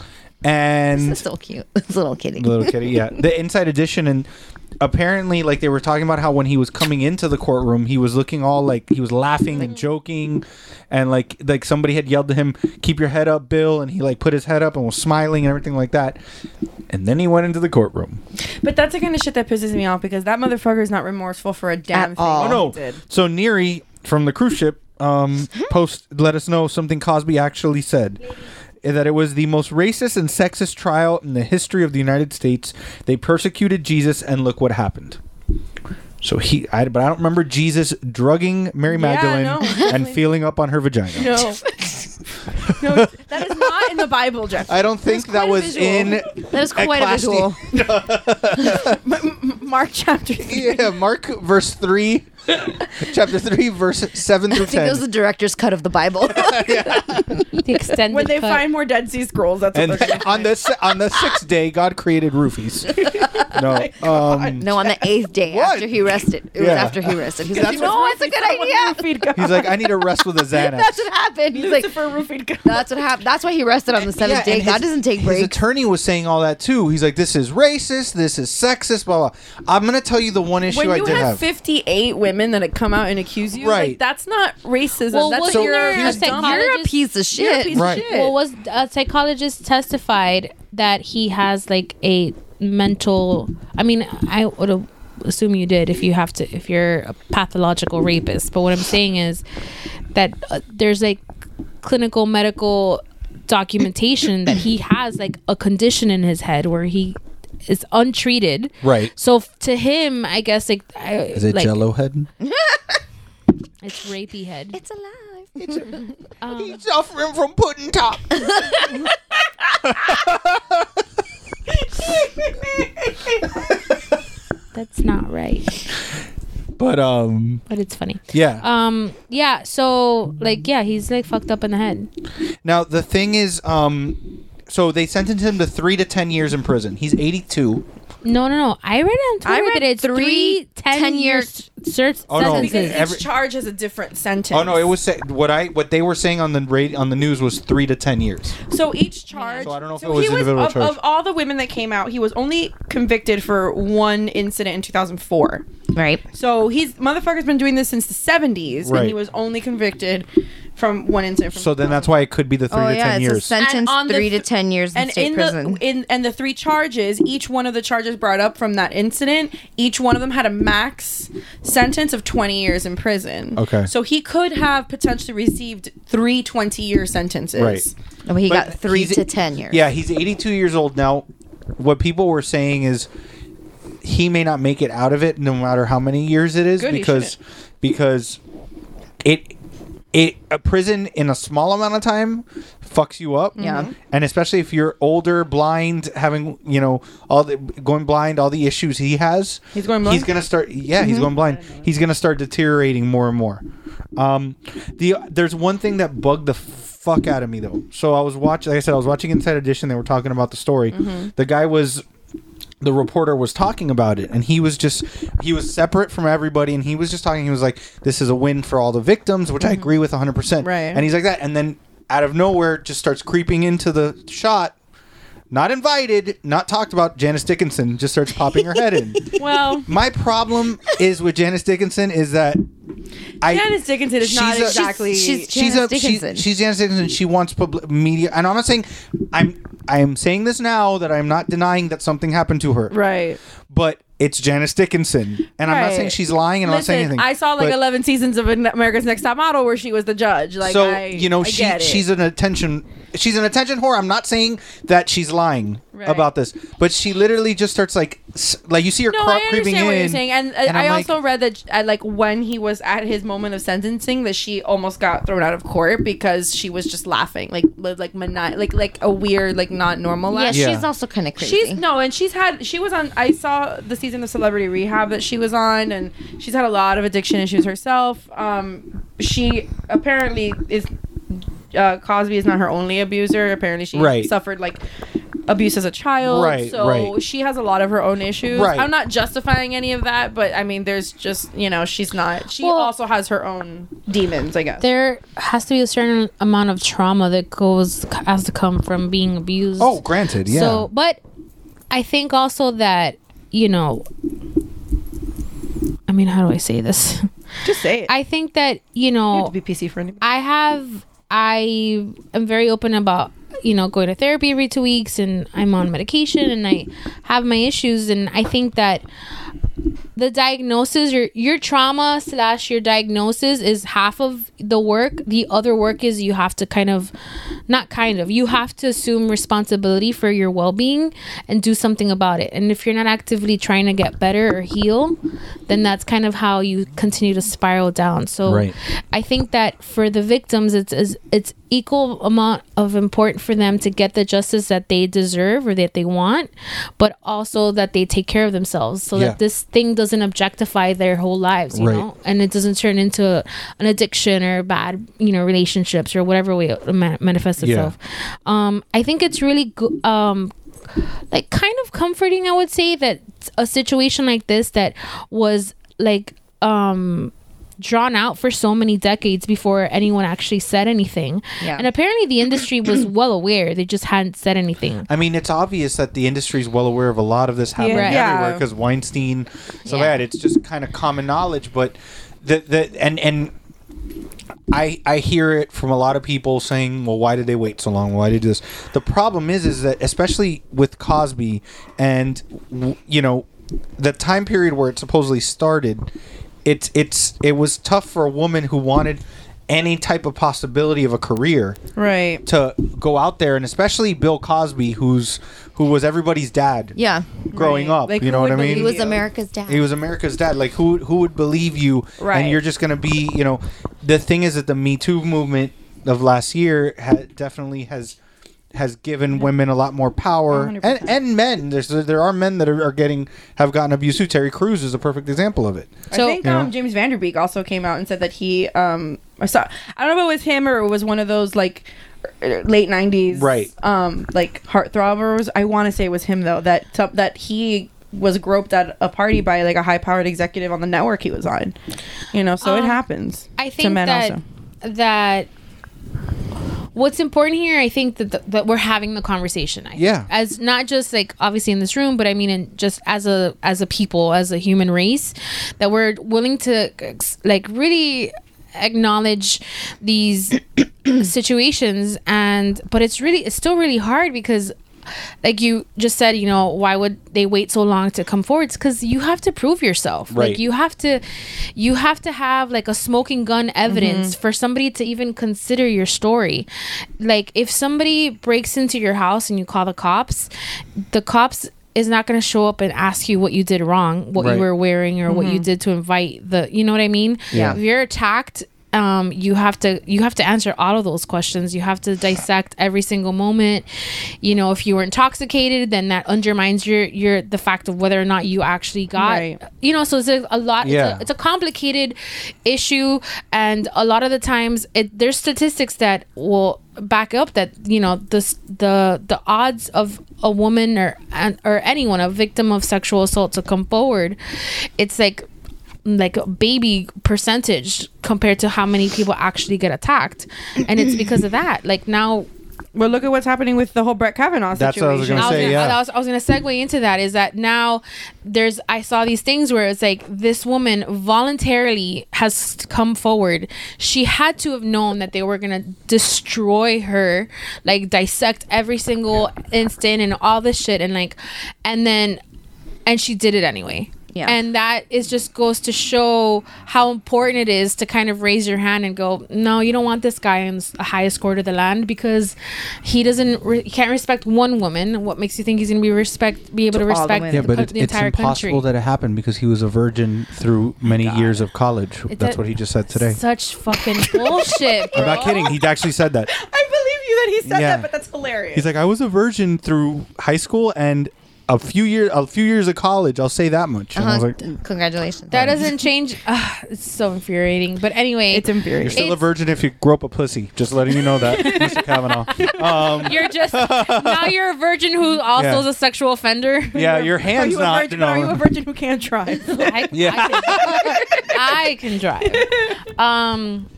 D: and
H: This is so cute. This little kitty.
D: little kitty yeah the inside edition and apparently like they were talking about how when he was coming into the courtroom he was looking all like he was laughing and joking and like like somebody had yelled to him keep your head up bill and he like put his head up and was smiling and everything like that and then he went into the courtroom
E: but that's the kind of shit that pisses me off because that motherfucker is not remorseful for a damn thing.
H: At all.
E: he
D: Oh, no
E: did.
D: so neri from the cruise ship um post let us know something cosby actually said Eh, that it was the most racist and sexist trial in the history of the United States. They persecuted Jesus, and look what happened. So he, I, but I don't remember Jesus drugging Mary Magdalene
E: no,
D: and feeling up on her vagina.
E: No. no, that is not in the Bible, Jeffrey.
D: I don't think that was in.
H: That was quite a
D: classy-
H: visual.
E: Mark chapter three.
D: Yeah, Mark verse three, chapter three, verse seven through
H: I think it
D: ten.
H: was the director's cut of the Bible.
F: The extended
E: When they
F: cut.
E: find more Dead Sea Scrolls, that's
D: And
E: what they're
D: then on the se- on the sixth day, God created roofies. No, um,
H: no, on the eighth day
D: What?
H: after he rested. It was
D: Yeah.
H: after he rested. He's like, no, it's a good idea.
D: he's like, I need to rest with a Xanax.
H: That's what happened. He's like,
E: Lucifer roofied God.
H: that's what happened. That's why he rested on the seventh
D: Yeah,
H: day.
D: and
H: God
D: his-
H: doesn't take
D: His
H: breaks.
D: attorney was saying all that too. He's like, "This is racist. This is sexist." Blah blah. I'm gonna tell you the one issue
E: when
D: I
E: you
D: did
E: have,
D: have.
E: 58 women that come out and accuse you,
D: Right.
E: like, that's not racism.
F: Well,
E: that's
F: wasn't
E: you're
F: there a
E: a dumb-
F: psychologist-
E: you're
H: You're a piece of shit.
E: a piece
D: Right.
E: of shit.
F: Well, was a psychologist testified that he has like a mental? I mean, I would assume you did if you have to, if you're a pathological rapist. But what I'm saying is that uh, there's like clinical medical documentation that he has like a condition in his head where he is untreated.
D: Right.
F: So f- to him, I guess like I,
D: Is it
F: like,
D: Jello head?
F: It's rapey head.
H: It's alive.
D: He's suffering from pudding top.
F: That's not right,
D: But um,
F: but it's funny.
D: yeah.
F: Um. Yeah. So like, yeah, he's like fucked up in the head.
D: now the thing is, um, so they sentenced him to three to ten years in prison. He's 82.
F: No, no, no. I read it on Twitter
H: read
F: that it's
H: three
F: three, ten
H: 10
F: year
H: year-
F: s- cer-
D: Oh, no.
F: sentences.
E: because
D: Every-
E: each charge has a different sentence.
D: Oh no, it was say- what I what they were saying on the ra- on the news was three to ten years.
E: So each charge.
D: So I don't know if it was
E: he
D: individual
E: of,
D: charge.
E: of all the women that came out, he was only convicted for one incident in 2004.
H: Right.
E: So he's motherfucker's been doing this since the 70s,
D: Right.
E: and he was only convicted from one incident. From
D: So then that's why it could be the three
E: Oh,
D: to
E: yeah,
D: ten
E: it's a
D: years.
E: And
H: Sentence
E: on the
H: three
E: th-
H: to ten years in
E: and
H: state
E: in
H: prison.
E: the in and the three charges, each one of the charges brought up from that incident, each one of them had a max sentence of 20 years in prison.
D: Okay.
E: So he could have potentially received three 20-year sentences.
D: Right.
H: No, but Oh, he
D: But
H: got three
D: he's- e-
H: to ten years.
D: Yeah, he's 82 years old now. What people were saying is he may not make it out of it, no matter how many years it is,
E: Good, he
D: because because it it a prison in a small amount of time fucks you up.
H: Yeah. Mhm.
D: and especially if you're older, blind, having you know all the going blind, all the issues he has.
E: He's going
D: He's
E: blind? Mm-hmm.
D: gonna start. Yeah, he's going blind. He's gonna start deteriorating more and more. Um, the there's one thing that bugged the fuck out of me though. So I was watching, like I said, I was watching Inside Edition. They were talking about the story.
E: Mm-hmm.
D: The guy was, the reporter was talking about it, and he was just, he was separate from everybody, and he was just talking. He was like, "This is a win for all the victims," which I agree with 100. percent
E: Mm-hmm. Right.
D: And he's like that, and then out of nowhere, just starts creeping into the shot. Not invited, not talked about. Janice Dickinson just starts popping her head in.
E: Well,
D: My problem is with Janice Dickinson is that I
E: Janice Dickinson is not
D: she's a-
E: exactly
H: she's-
D: she's
H: Janice
D: a she-
H: Dickinson.
D: she's Janice Dickinson. She wants public media, and I'm not saying I'm I'm saying this now that I'm not denying that something happened to her,
E: right.
D: but it's Janice Dickinson, and I'm not
E: Right.
D: saying she's lying, and I'm not saying
E: Listen,
D: anything.
E: I saw like
D: But-
E: 11 seasons of America's Next Top Model where she was the judge. Like
D: so
E: I-
D: you know
E: I
D: she
E: get it.
D: she's an attention she's an attention whore. I'm not saying that she's lying
E: Right.
D: about this, but she literally just starts like s- like you see her
E: No,
D: cro-
E: I
D: creeping
E: understand what
D: in,
E: you're saying, and, uh,
D: and I'm
E: I
D: like-
E: also read that uh, like when he was at his moment of sentencing, that she almost got thrown out of court because she was just laughing, like li- like mani- like like a weird, like not normal
H: yeah,
E: laugh.
D: Yeah.
H: she's also kind of crazy.
E: She's no, and she's had she was on. I saw the season of Celebrity Rehab that she was on, and she's had a lot of addiction issues herself. Um, she apparently is. Uh, Cosby is not her only abuser. Apparently, she
D: Right.
E: suffered like abuse as a child.
D: Right,
E: so
D: right.
E: she has a lot of her own issues.
D: Right.
E: I'm not justifying any of that, but I mean, there's just you know, she's not. She
F: Well-
E: also has her own demons, I guess.
F: there has to be a certain amount of trauma that goes has to come from being abused.
D: Oh, granted, yeah.
F: So, but I think also that you know, I mean, how do I say this?
E: Just say it.
F: I think that you
E: You
F: know,
E: have to be PC for anybody.
F: I have I am very open about you know going to therapy every two weeks and I'm on medication and I have my issues and I think that the diagnosis your your trauma slash your diagnosis is half of the work the other work is you have to kind of not kind of you have to assume responsibility for your well-being and do something about it and if you're not actively trying to get better or heal then that's kind of how you continue to spiral down so
D: Right.
F: I think that for the victims, it's it's- it's equal amount of important for them to get the justice that they deserve or that they want, but also that they take care of themselves so
D: Yeah.
F: that this thing doesn't objectify their whole lives, you
D: Right.
F: know, and it doesn't turn into an addiction or bad, you know, relationships or whatever way it ma- manifests itself. Um, I think it's really good. Um, like kind of comforting i would say that a situation like this that was like um drawn out for so many decades before anyone actually said anything
H: Yeah.
F: and apparently the industry was well aware they just hadn't said anything
D: I mean, it's obvious that the industry is well aware of a lot of this happening
F: Right.
E: Yeah.
D: everywhere because Weinstein, so
F: Yeah.
D: bad. It's just kind of common knowledge, but the the and and I I hear it from a lot of people saying, "Well, why did they wait so long? Why did this?" The problem is, is that especially with Cosby and w- you know the time period where it supposedly started, it's it's it was tough for a woman who wanted any type of possibility of a career
E: Right.
D: to go out there and especially Bill Cosby who's who was everybody's dad
H: Yeah,
D: growing
E: Right.
D: up
E: Like,
D: you
E: who
D: know what
E: would
D: I mean
H: he
E: believe
H: was
E: you.
H: America's dad.
D: he was America's dad like who who would believe you
E: Right.
D: and you're just going to be you know the thing is that the me too movement of last year ha- definitely has has given women a lot more power and and men there's there are men that are, are getting have gotten abused too Terry Crews is a perfect example of it
F: So-
E: I think
D: Yeah.
E: um, James Vanderbeek also came out and said that he um I saw I don't know if it was him or it was one of those like er, late nineties
D: Right.
E: um like heartthrobs. I want to say it was him though that t- that he was groped at a party by like a high powered executive on the network he was on. You know, so it
F: Um,
E: happens.
F: I think that that what's important here, I think that the, that we're having the conversation. I think.
D: Yeah.
F: as not just like obviously in this room, but I mean, in just as a as a people, as a human race, that we're willing to like really acknowledge these situations and but it's really it's still really hard because like you just said you know why would they wait so long to come forward because you have to prove yourself
K: Right.
F: like you have to you have to have like a smoking gun evidence
K: Mhm.
F: for somebody to even consider your story like if somebody breaks into your house and you call the cops the cops is not going to show up and ask you what you did wrong what
K: Right.
F: you were wearing or what you
K: Mhm.
F: did to invite the you know what i mean
K: Yeah.
F: if you're attacked um, you have to you have to answer all of those questions you have to dissect every single moment you know if you were intoxicated then that undermines your your the fact of whether or not you actually got
K: Right.
F: you know so it's a, a lot
K: Yeah.
F: it's, a, it's a complicated issue and a lot of the times it there's statistics that will back up that you know this the the odds of a woman or an- or anyone a victim of sexual assault to come forward it's like like a baby percentage compared to how many people actually get attacked and it's because of that like now
E: well look at what's happening with the whole brett kavanaugh
F: That's
E: situation
F: what I was gonna
D: say, yeah.
F: I was, I was going to segue into that is that now there's I saw these things where it's like this woman voluntarily has come forward. She had to have known that they were going to destroy her, like dissect every single instant and all this shit and like and then and she did it anyway.
H: Yeah.
F: And that is just goes to show how important it is to kind of raise your hand and go, no, you don't want this guy in the highest court of the land because he doesn't re- he can't respect one woman. What makes you think he's going to be respect be able to, respect the,
D: yeah, but
F: co-
D: it,
F: the
D: it's
F: entire
D: impossible
F: country?
D: that it happened because he was a virgin through many years of college.
F: It's
D: That's
F: a-
D: what he just said today.
F: Such fucking bullshit.
D: I'm not kidding. He actually said that.
E: i believe you that he said
D: Yeah.
E: that but that's hilarious
D: He's like, I was a virgin through high school and a few years, a few years of college. I'll say that much. And I was
H: Uh-huh.
D: like,
H: Congratulations.
F: That doesn't change. Uh, it's so infuriating. But anyway, it's
E: infuriating.
D: you're still a virgin if you grow up a pussy. Just letting you know that, Mr. Kavanaugh. Um,
F: You're just now you're a virgin who also
D: Yeah.
F: is a sexual offender.
D: Yeah, your hand's
F: you a
D: not.
F: virgin?
D: no.
F: Are you a
E: virgin who can't drive.
D: yeah.
F: I can drive. Um,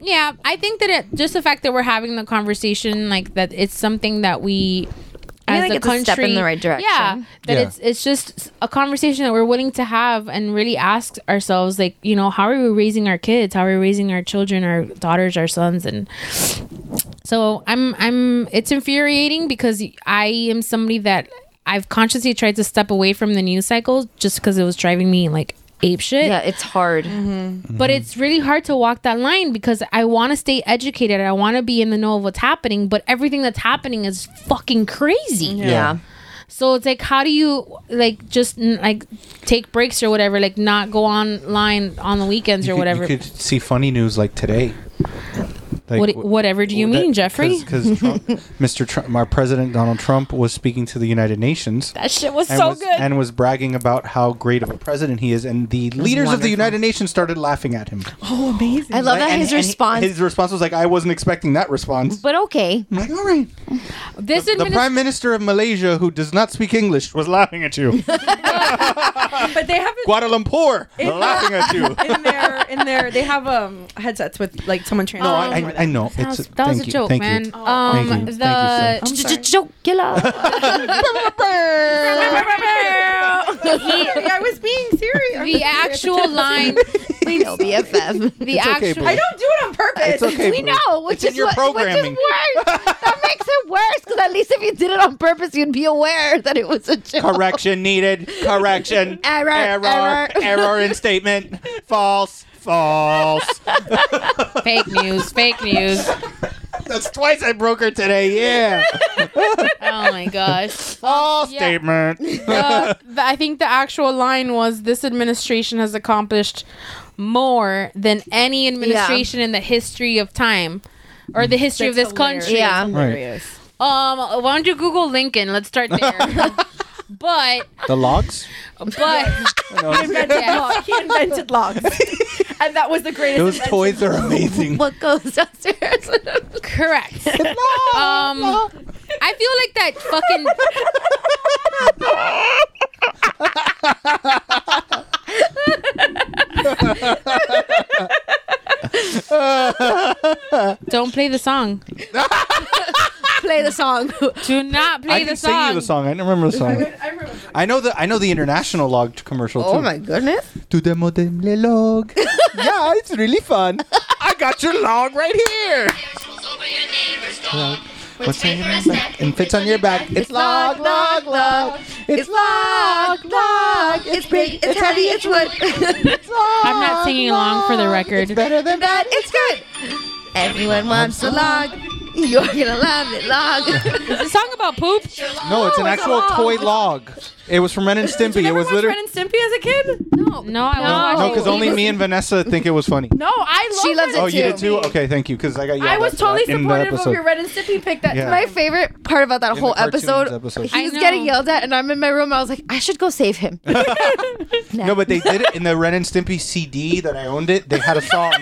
F: yeah, I think that it just the fact that we're having the conversation, like that, it's something that we.
H: I
F: As
H: think
F: a
H: it's
F: country,
H: a step in the right direction.
F: Yeah, that
H: Yeah.
F: it's it's just a conversation that we're willing to have and really ask ourselves, like you know, how are we raising our kids? How are we raising our children, our daughters, our sons, and so I'm I'm it's infuriating because I am somebody that I've consciously tried to step away from the news cycle just because it was driving me like ape shit.
H: Yeah, it's hard.
D: Mm-hmm.
F: But
D: Mm.
F: it's really hard to walk that line because I want to stay educated. I want to be in the know of what's happening, but everything that's happening is fucking crazy.
H: Yeah. Yeah.
F: So it's like, how do you like just n- like take breaks or whatever? Like not go online on the weekends or
D: could-
F: whatever.
D: You could see funny news like today.
F: What- whatever do you mean, Jeffrey?
D: Because Mr. Trump, our president Donald Trump, was speaking to the United Nations.
F: That shit was
D: and
F: so good.
D: and was bragging about how great of a president he is, and the leaders of the
F: wonderful.
D: United Nations started laughing at him.
E: Oh, amazing!
H: I love that
D: And-
H: his
D: and he-
H: response.
D: His response was like, "I wasn't expecting that response."
H: but okay.
D: I'm like, all right.
F: This
D: The prime minister of Malaysia, who does not speak English, was laughing at you.
E: but they haven't
D: Kuala Lumpur, laughing at you.
E: in their in their they have um headsets with like someone translating.
D: No, I, I, I know.
F: That
D: it's
F: was, that was
D: thank
F: a
D: you,
F: joke,
D: thank you. Oh,
F: man.
D: Thank you,
F: Um,
D: thank you,
F: the
D: sir.
F: joke
E: Oh, I was being serious.
F: The actual line, the
H: LBFF. It's okay,
F: actual.
H: boo. I don't
E: do it on purpose.
H: It's okay, We boo. know, which It's in is your what- which is programming.
F: worse.
H: that makes it worse because at least if you did it on purpose, you'd be aware that it was a joke.
D: Correction needed. Correction.
H: Error,
D: Error.
H: error.
D: error in statement. False. False.
F: fake news, fake news.
D: That's twice I broke her today. Yeah.
F: Oh my gosh.
D: False
F: Yeah.
D: statement.
F: Uh, th- I think the actual line was this administration has accomplished more than any administration in the history of time or the history of this country. Um, why don't you Google Lincoln? Let's start there. but
D: The logs?
F: but
E: He invented
F: Yeah.
E: logs. He invented logs, and that was the greatest.
D: Those
E: invention.
D: toys are amazing.
H: What goes downstairs?
F: correct. Um, I feel like that fucking Don't play the song.
H: Play the song.
F: Do not play
D: I
F: the
D: can
F: song.
D: sing you the song. I don't remember the song.
H: Oh
D: I know the I know the international log commercial too.
H: goodness.
D: Tu demo de le log. yeah, it's really fun. I got your log right here. What's hanging on your back and fits on your back? It's log, log, log. It's log, log. It's big, it's heavy, it's wood. It's log.
F: I'm not singing along for the record.
D: Better than that, it's good.
H: Everyone wants a log. You're gonna love it, log.
F: Is this song about poop?
D: No, it's an actual toy log. It was from Ren and Stimpy. It was
E: Watch Ren
D: literally
E: and Stimpy as a kid? No.
F: No, I was
D: no, because only me and Vanessa think it was funny.
E: No, I love
H: She loves it
D: Oh, you did
H: too.
D: too. Okay, thank you. Because I got. yelled
E: I was
D: at
E: totally
D: in the
E: supportive of
D: episode.
E: your Ren and Stimpy pick that
D: Yeah.
H: My favorite part about that
D: the
H: whole
D: cartoons
H: episode,
D: episode.
H: he was
F: I know.
H: getting yelled at, and I'm in my room. I was like, I should go save him.
D: No, but they did it in the Ren and Stimpy CD that I owned. It. They had a song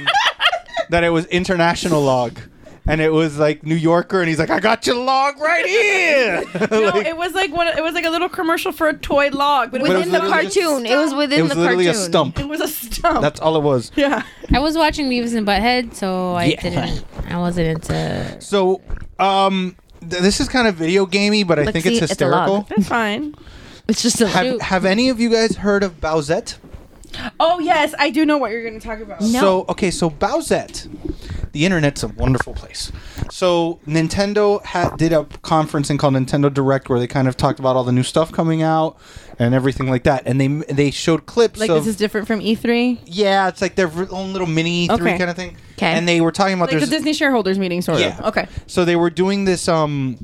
D: that it was international log, and it was like New Yorker, and he's like, "I got your log right here."
E: No,
D: Like,
E: it was like one. It was like a little commercial for a toy log, but it was,
D: it was
H: within the
D: literally just-
H: cartoon. It was within
D: it was
H: the
D: literally
H: cartoon.
D: a stump.
E: it was a stump.
D: That's all it was.
E: yeah.
F: I was watching Beavis and Butthead, so I didn't. I wasn't into.
D: So, um, th- this is kind of video gamey, but I
H: Look,
D: think
H: see,
D: it's
H: it's a log.
D: hysterical.
E: That's fine.
H: It's just a
D: have,
F: Shoot.
D: have any of you guys heard of Bowsette?
E: Oh yes, I do know what you're going to talk about.
D: So okay, so Bowsette, the internet's a wonderful place. So Nintendo ha- did a conference and called Nintendo Direct where they kind of talked about all the new stuff coming out and everything like that, and they they showed clips
J: Like
D: of
J: this is different from
E: E
J: E3,
D: yeah, it's like their v- own little mini E3
J: Okay.
D: kind of thing.
H: 'Kay.
D: And they were talking about
J: like the
D: there's
J: Disney shareholders meeting, sort
D: yeah
J: of. Okay.
D: So they were doing this um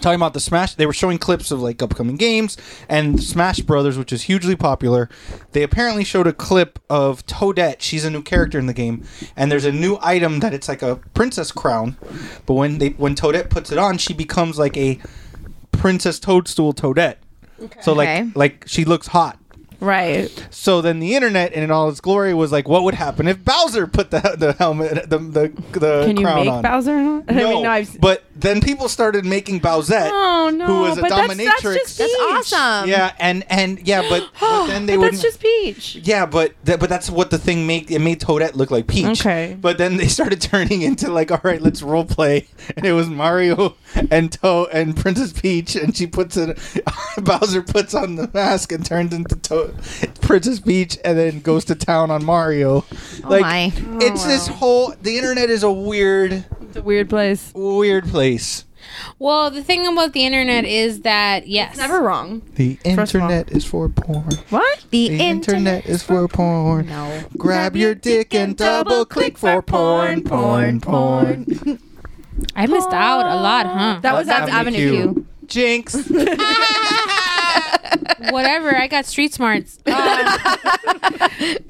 D: talking about the Smash. They were showing clips of like upcoming games and Smash Brothers, which is hugely popular. They apparently showed a clip of Toadette. She's a new character in the game, and there's a new item that it's like a princess crown. But when they when Toadette puts it on, she becomes like a princess toadstool Toadette. So like
H: Okay.
D: like she looks hot.
J: Right.
D: So then the internet in all its glory was like, what would happen if Bowser put the the helmet the the, the
E: Can you
D: crown
E: make
D: on?
E: Bowser? No, I
D: No,
E: mean, no, I've,
D: but then people started making Bowsette,
E: Oh, no,
D: who was a
E: but that's-
D: dominatrix.
E: that's just That's
H: Peach. awesome.
D: Yeah, and and yeah, but, but then they
E: but
D: would.
E: that's just Peach.
D: yeah, but that, but that's what the thing made. It made Toadette look like Peach.
E: Okay.
D: But then they started turning into like, all right, let's role play, and it was Mario and To and Princess Peach, and she puts it. Bowser puts on the mask and turns into to- Princess Peach, and then goes to town on Mario. like
H: my.
D: it's this whole. The internet is a weird,
E: It's a weird place.
D: weird place.
F: Well, the thing about the internet is that yes,
E: Never wrong.
D: The
E: First of all-
D: internet is for porn.
E: What?
H: The
D: The
H: internet.
D: internet is for porn.
H: No.
D: Grab your dick and double click for porn, porn, porn.
F: I missed out a lot, huh?
E: That was
H: That's
E: Avenue.
H: Avenue Q.
D: Jinx.
F: Whatever. I got street smarts. Um,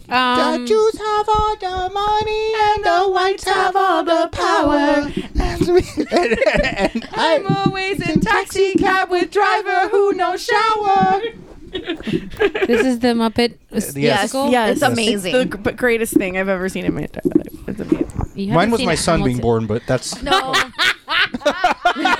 F: um,
D: Jews have all the money and the whites have all the power. And, and
E: I'm
D: I,
E: always in taxi cab with driver who no shower.
F: this is the Muppet.
D: Yes.
F: musical.
E: Yes.
H: It's amazing.
E: The g- greatest thing I've ever seen in my entire life. It's amazing.
F: You haven't
D: Mine was
F: seen
D: my son being born,
F: Hamilton.
D: but that's
H: no. no.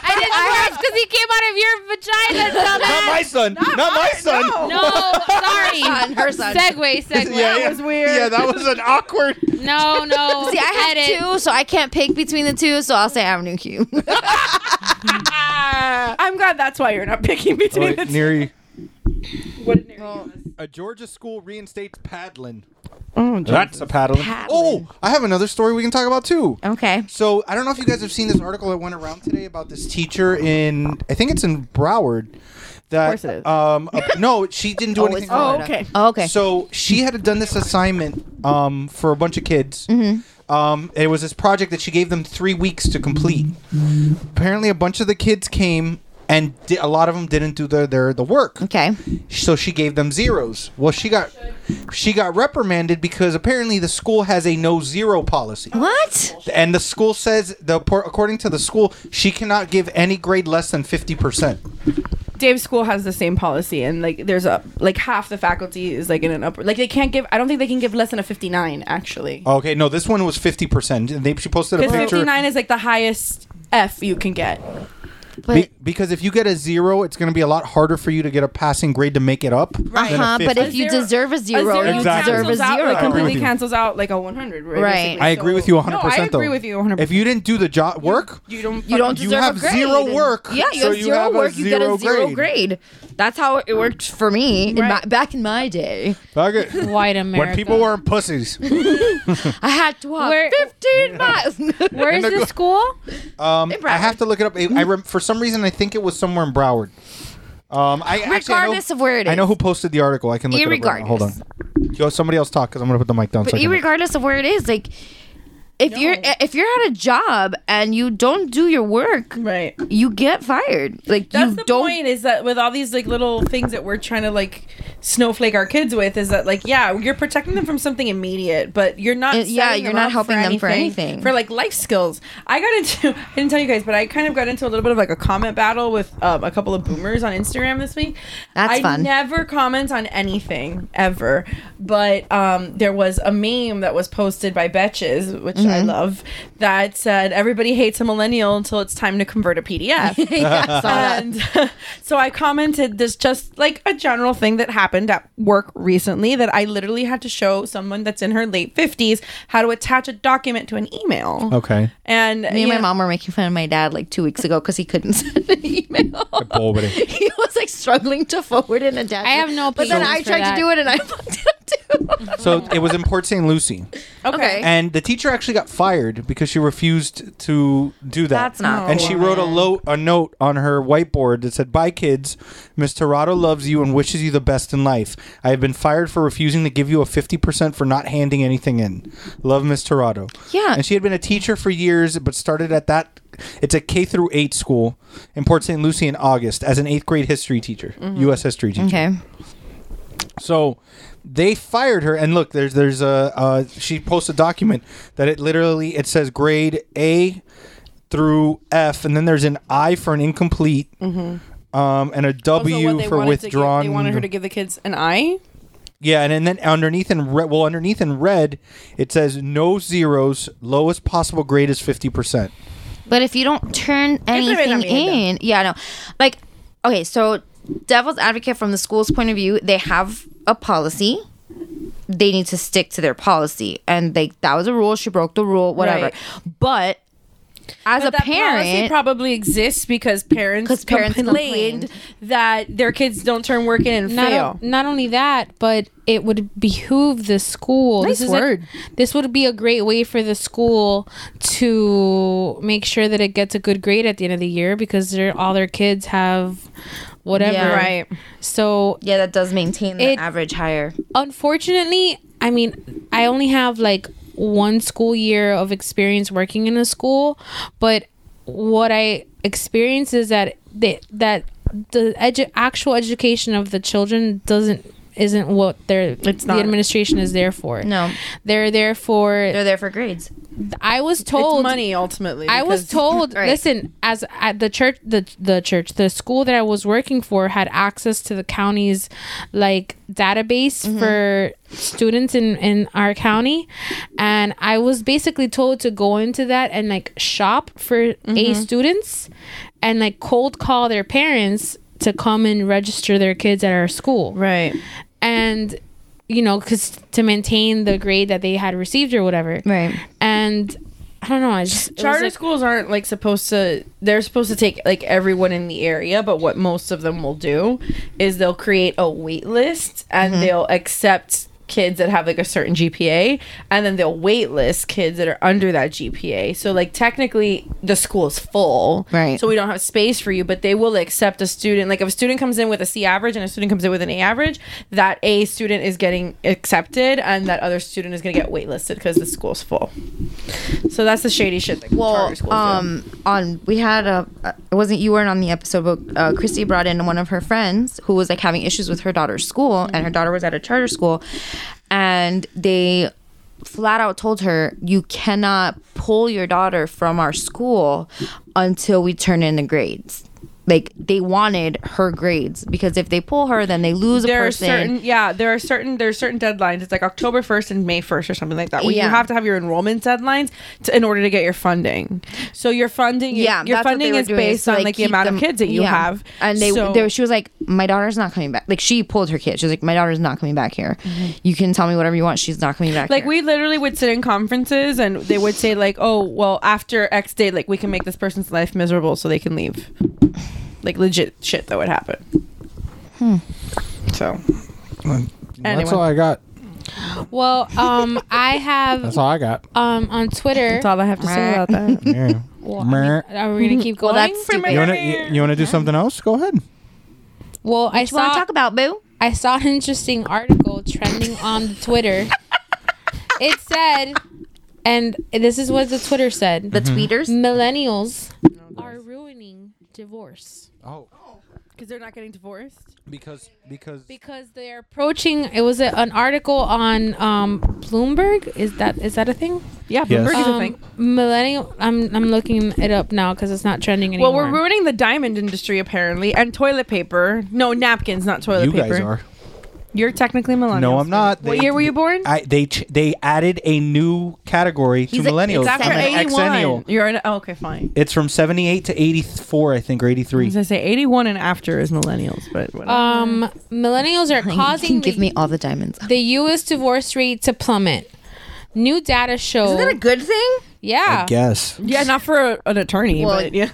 F: I didn't watch because he came out of your vagina.
D: not
F: dumbass.
D: my son. Not, my son.
F: No, sorry.
H: On her son.
F: Segway, segway.
D: yeah.
E: was weird.
D: Yeah, that was an awkward.
F: No, no.
H: See, I
F: edit.
H: had two, so I can't pick between the two, so I'll say Avenue Q.
E: I'm glad that's why you're not picking between the two.
D: Neary.
E: What an area.
D: A Georgia school reinstates paddling.
E: Oh,
D: That's a paddling.
H: Paddling.
D: Oh, I have another story we can talk about too.
H: okay.
D: So I don't know if you guys have seen this article that went around today about this teacher in I think it's in Broward. That
E: course it is.
D: um a- no, she didn't do
H: Oh,
D: anything.
H: it's
D: wrong.
E: Oh,
H: Florida.
E: okay.
H: Oh, okay.
D: So she had done this assignment um, for a bunch of kids. Um, it was this project that she gave them three weeks to complete. Apparently, a bunch of the kids came, and di- a lot of them didn't do their, their the work.
H: okay.
D: So she gave them zeros. Well, she got she got reprimanded because apparently the school has a no zero policy.
H: What?
D: And the school says the por- according to the school, she cannot give any grade less than 50%.
E: Dave's school has the same policy, and like there's a like half the faculty is like in an upper like they can't give. I don't think they can give less than a 59 actually.
D: Okay, no, this one was 50%. And They, she posted a
E: Because
D: picture
E: 59 is like the highest F you can get.
D: Be- because if you get a zero, it's going to be a lot harder for you to get a passing grade to make it up.
H: Uh
D: than a
H: huh. But
D: 50.
H: if you deserve a zero,
E: zero
H: you
D: Exactly.
H: deserve a
E: cancels Out,
H: zero.
D: agree
E: like,
D: with
E: completely
D: you.
E: cancels out like a 100. Right.
H: Right.
E: basically.
D: I agree
E: So-
D: with you 100%.
E: No, I agree
D: though.
E: with you 100.
D: If you didn't do the job work,
E: you don't,
H: you don't
D: you
H: deserve
D: have
H: a grade.
D: zero work,
H: Yeah, you
D: so
H: have
D: you
H: zero
D: have a
H: work. you get
D: zero
H: a zero
D: grade.
H: grade. That's how it worked for me in my, back in my day.
D: Fuck it.
F: White America.
D: When people weren't pussies.
H: I had to walk
F: Where-
H: 15 miles.
F: Where is
D: they're go-
F: this school?
D: Um,
H: In Broward.
D: I have to look it up. I, I rem- for some reason I think it was somewhere in Broward. Um, I, actually, I know-
H: Regardless of where it
D: I know
H: is.
D: who posted the article. I can look it up. right now. Hold on. Yo, somebody else talk because I'm gonna put the mic down.
H: but
D: so I can look.
H: regardless of where it is, like if you're if you're at a job and you don't do your work,
E: Right.
H: you get fired. Like
E: That's
H: you
E: the
H: don't.
E: point is that with all these like little things that we're trying to like snowflake our kids with is that like yeah you're protecting them from something immediate but you're not
H: Uh, yeah,
E: setting
H: you're
E: them
H: not
E: up
H: helping them for anything.
E: for like life skills I got into I didn't tell you guys but I kind of got into a little bit of like a comment battle with um, a couple of boomers on Instagram this week
H: That's
E: I
H: fun.
E: never comment on anything ever but um there was a meme that was posted by Betches which
H: Mm-hmm.
E: I love that said everybody hates a millennial until it's time to convert a PDF
H: Yeah, I saw that.
E: and so I commented this just like a general thing that happened at work recently that I literally had to show someone that's in her late 50s how to attach a document to an email.
D: Okay.
E: And
H: Me and
E: you
H: my
E: know-
H: mom were making fun of my dad like two weeks ago because he couldn't send an email.
D: pobre.
H: he was like struggling to forward an attachment.
F: I have no
H: But then
F: patience
H: I
F: for
H: tried
F: that.
H: to do it and I fucked up too.
D: So it was in Port St. Lucie,
E: Okay.
D: and the teacher actually got fired because she refused to do that.
H: That's not
D: And she
H: cool,
D: wrote a, lo- a note on her whiteboard that said, "Bye, kids. Miss Torado loves you and wishes you the best in life. I have been fired for refusing to give you a fifty percent for not handing anything in. Love, Miss Torado."
H: Yeah.
D: And she had been a teacher for years, but started at that. It's a K through eight school in Port St. Lucie in August as an eighth grade history teacher,
H: Mm-hmm.
D: U.S. history teacher.
H: Okay.
D: So they fired her, and look, there's there's a uh, she posts a document that it literally it says grade A through F, and then there's an I for an incomplete, um, and a
E: Also, Mm-hmm. Oh, what
D: W
E: they
D: for
E: wanted to give-
D: withdrawn.
E: they wanted her to give the kids an eye.
D: yeah, and, and then underneath in red, well underneath in red, it says no zeros, lowest possible grade is fifty percent.
H: But if you don't turn anything in, yeah, no. Like, okay, so devil's advocate from the school's point of view, they have a policy. They need to stick to their policy, and they that was a rule. She broke the rule, whatever.
E: Right.
H: But as a
E: that policy
H: parent,
E: probably exists because parents,
H: 'Cause parents
E: complained,
H: complained.
E: that their kids don't turn work in and
F: Not,
E: fail.
F: o- not only that, but it would behoove the school.
E: Nice
F: this is
E: word.
F: A, this would be a great way for the school to make sure that it gets a good grade at the end of the year because they're, all their kids have whatever.
H: Yeah.
E: Right.
F: So
H: yeah, that does maintain the
F: It-
H: average higher.
F: unfortunately, I mean, I only have like one school year of experience working in a school, but what I experience is that they, that the edu- actual education of the children doesn't isn't what they're it's
E: not.
F: the administration is there for.
H: No.
F: They're there for
H: They're there for grades.
F: I was told
E: It's money ultimately.
F: I was
E: because-
F: told.
H: Right.
F: Listen, as at the church, the the church, the school that I was working for had access to the county's like database for students in in our county, and I was basically told to go into that and like shop for A students, and like cold call their parents to come and register their kids at our school
E: right.
F: and you know because to maintain the grade that they had received or whatever
H: Right.
F: and i don't know i just it was
E: charter
F: like-
E: schools aren't like supposed to they're supposed to take like everyone in the area but what most of them will do is they'll create a wait list and
F: Mm-hmm.
E: they'll accept kids that have like a certain gpa and then they'll wait list kids that are under that gpa so like technically the school is full
H: Right.
E: so we don't have space for you but they will accept a student like if a student comes in with a c average and a student comes in with an a average that a student is getting accepted and that other student is going to get waitlisted because the school's full so that's the shady shit. Like,
H: Well,
E: charter schools do.
H: um, on we had a uh, it wasn't you weren't on the episode, but uh, Christy brought in one of her friends who was like having issues with her daughter's school, and her daughter was at a charter school, and they flat out told her you cannot pull your daughter from our school until we turn in the grades. Like they wanted her grades because if they pull her, then they lose a
E: there are
H: person.
E: certain, yeah, there are certain, there's certain deadlines. It's like October 1st and May 1st or something like that. Where
H: Yeah.
E: you have to have your enrollment deadlines to, in order to get your funding. So your funding,
H: yeah,
E: yeah, your
H: that's what they
E: funding
H: were
E: is
H: doing,
E: based
H: to,
E: on like the
H: keep
E: amount
H: them-
E: of kids that you
H: yeah.
E: have.
H: And they,
E: So-
H: they were- she was like, my daughter's not coming back. Like she pulled her kid. She was like, my daughter's not coming back here. You can tell me whatever you want. She's not coming back.
E: like
H: here."
E: we literally would sit in conferences and they would say like, oh, well, after X day, like we can make this person's life miserable so they can leave. Like legit shit that would happen. So
D: That's
E: Anyway.
D: all I got.
F: Well, um, I have
D: That's all I got.
F: um on Twitter.
E: that's all I have to say about that.
D: Yeah.
F: Well, I mean, are we gonna keep going?
H: Well, that's stupid.
D: You want to you, you wanna do something else? Go ahead.
F: Well, I
H: What you
F: saw
H: want to talk about, boo?
F: I saw an interesting article trending on the Twitter. it said, and this is what the Twitter said:
D: Mm-hmm.
H: The tweeters.
F: millennials are ruining divorce
D: Oh,
E: Because they're not getting divorced.
D: because because
F: because they're approaching. It was a, an article on um, Bloomberg. Is that is that a thing?
E: Yeah,
D: Yes.
E: Bloomberg is a
F: Um,
E: thing.
F: Millennial. I'm I'm looking it up now because it's not trending anymore.
E: Well, we're ruining the diamond industry apparently, and toilet paper. No napkins, not toilet
D: you
E: paper.
D: guys are.
E: You're technically millennial.
D: No, I'm not.
E: What year were you born?
D: I, they ch- they added a new category to
H: He's a-
D: millennials.
H: it's after
D: I'm an
E: 81.
D: exennial.
E: You're an, oh, okay, fine.
D: It's from 78 to 84, I think, or
E: I
D: 83.
E: was gonna say 81 and after is millennials, but whatever.
F: Um, millennials are causing
H: Give
F: the,
H: me all the diamonds.
F: the U.S. divorce rate to plummet. New data show.
H: Isn't that a good thing?
F: yeah.
E: Mm-hmm.
D: Guess.
E: yeah, not for a, an attorney,
H: Well,
E: but yeah.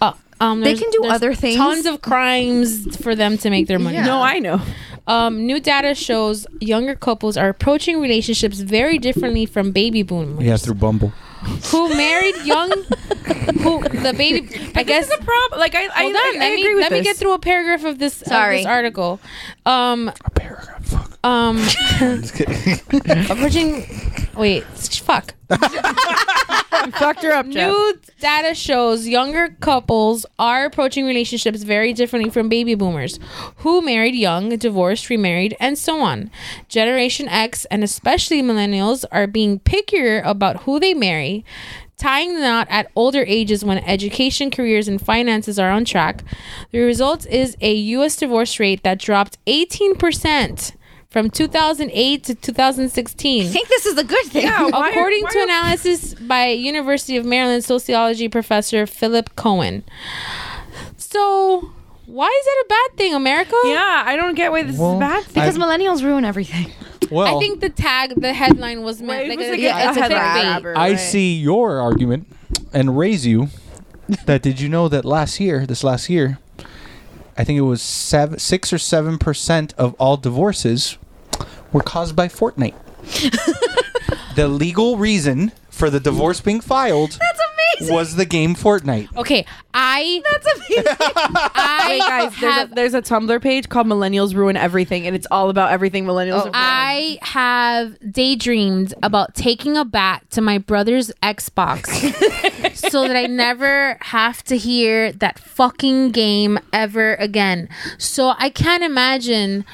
F: Uh, um,
H: They
F: there's-
H: can do
F: there's
H: other things.
F: Tons of crimes for them to make their money.
H: Yeah.
E: No, I know.
F: Um, new data shows younger couples are approaching relationships very differently from baby boomers
D: Yeah, through Bumble.
F: who married young. who the baby? I guess.
E: This is a problem. Like I, I,
F: Hold on,
E: I, I
F: let me
E: agree with
F: let me get
E: this.
F: through a paragraph of this, of
H: Sorry.
F: this article. Um,
D: A paragraph. Fuck.
F: um,
D: Just kidding.
F: approaching. Wait, fuck.
E: Fucked her up, Jeff.
F: New data shows younger couples are approaching relationships very differently from baby boomers, who married young, divorced, remarried, and so on. Generation X and especially millennials are being pickier about who they marry, tying the knot at older ages when education, careers, and finances are on track. The result is a U.S. divorce rate that dropped 18%. From 2008 to 2016
H: I think this is a good thing.
E: Yeah, why are-
F: according
E: why
F: to
E: are-
F: analysis by University of Maryland sociology professor Philip Cohen. So, why is that a bad thing, America?
E: Yeah, I don't get why this
D: Well,
E: is a bad thing.
H: Because millennials ruin everything.
D: Well,
F: I think the tag, the headline was
E: Well,
F: meant
E: it
F: like,
E: was
F: a,
E: like
F: yeah,
E: a
F: it's a
E: headline
F: clickbait.
E: grabber,
D: I
E: right?
D: see your argument and raise you that did you know that last year, this last year, I think it was seven, six or seven percent of all divorces were caused by Fortnite. the legal reason for the divorce being filed was the game Fortnite.
F: Okay, I. That's amazing. I
E: Wait, guys, there's
F: have
E: a, there's a Tumblr page called Millennials Ruin Everything, and it's all about everything millennials. have
F: Oh, I have daydreamed about taking a bat to my brother's Xbox so that I never have to hear that fucking game ever again. So I can't imagine.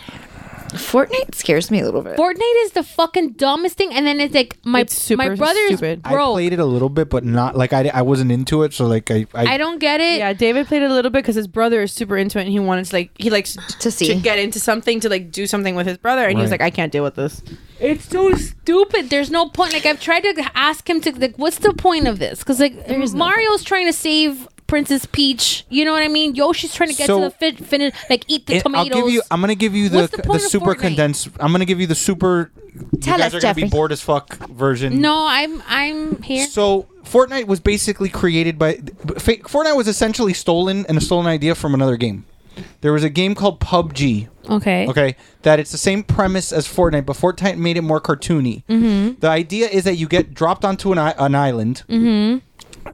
H: Fortnite scares me a little bit.
F: Fortnite is the fucking dumbest thing, and then it's like my
E: It's super
F: my brother's
E: stupid. I
D: I
F: broke. I,
D: played it a little bit, but not like I, I wasn't into it. So like I, I,
F: don't get it.
E: Yeah, David played it a little bit because his brother is super into it, and he wanted to like he likes
H: To see.
E: to get into something to like do something with his brother, and he was
D: Right.
E: like, I can't deal with this.
F: It's so stupid. There's no point. Like I've tried to ask him to like, what's the point of this? Because like Mario's trying to save Princess Peach. You know what I mean? Yoshi's trying to get
D: So-
F: to the fit, finish, like eat the
D: It- I'll
F: tomatoes.
D: give you. I'm gonna give you the
F: What's the
D: the,
F: point of
D: super
F: Fortnite?
D: condensed. I'm gonna give you the super.
H: Tell
D: you guys
H: us,
D: are gonna be
H: Jeffrey.
D: bored as fuck version.
F: no, I'm I'm here.
D: So Fortnite was basically created by fa- Fortnite was essentially stolen and a stolen idea from another game. There was a game called PUBG.
F: Okay.
D: Okay, that it's the same premise as Fortnite, but Fortnite made it more cartoony. Mm-hmm. The idea is that you get dropped onto an, I- an island. Mm-hmm.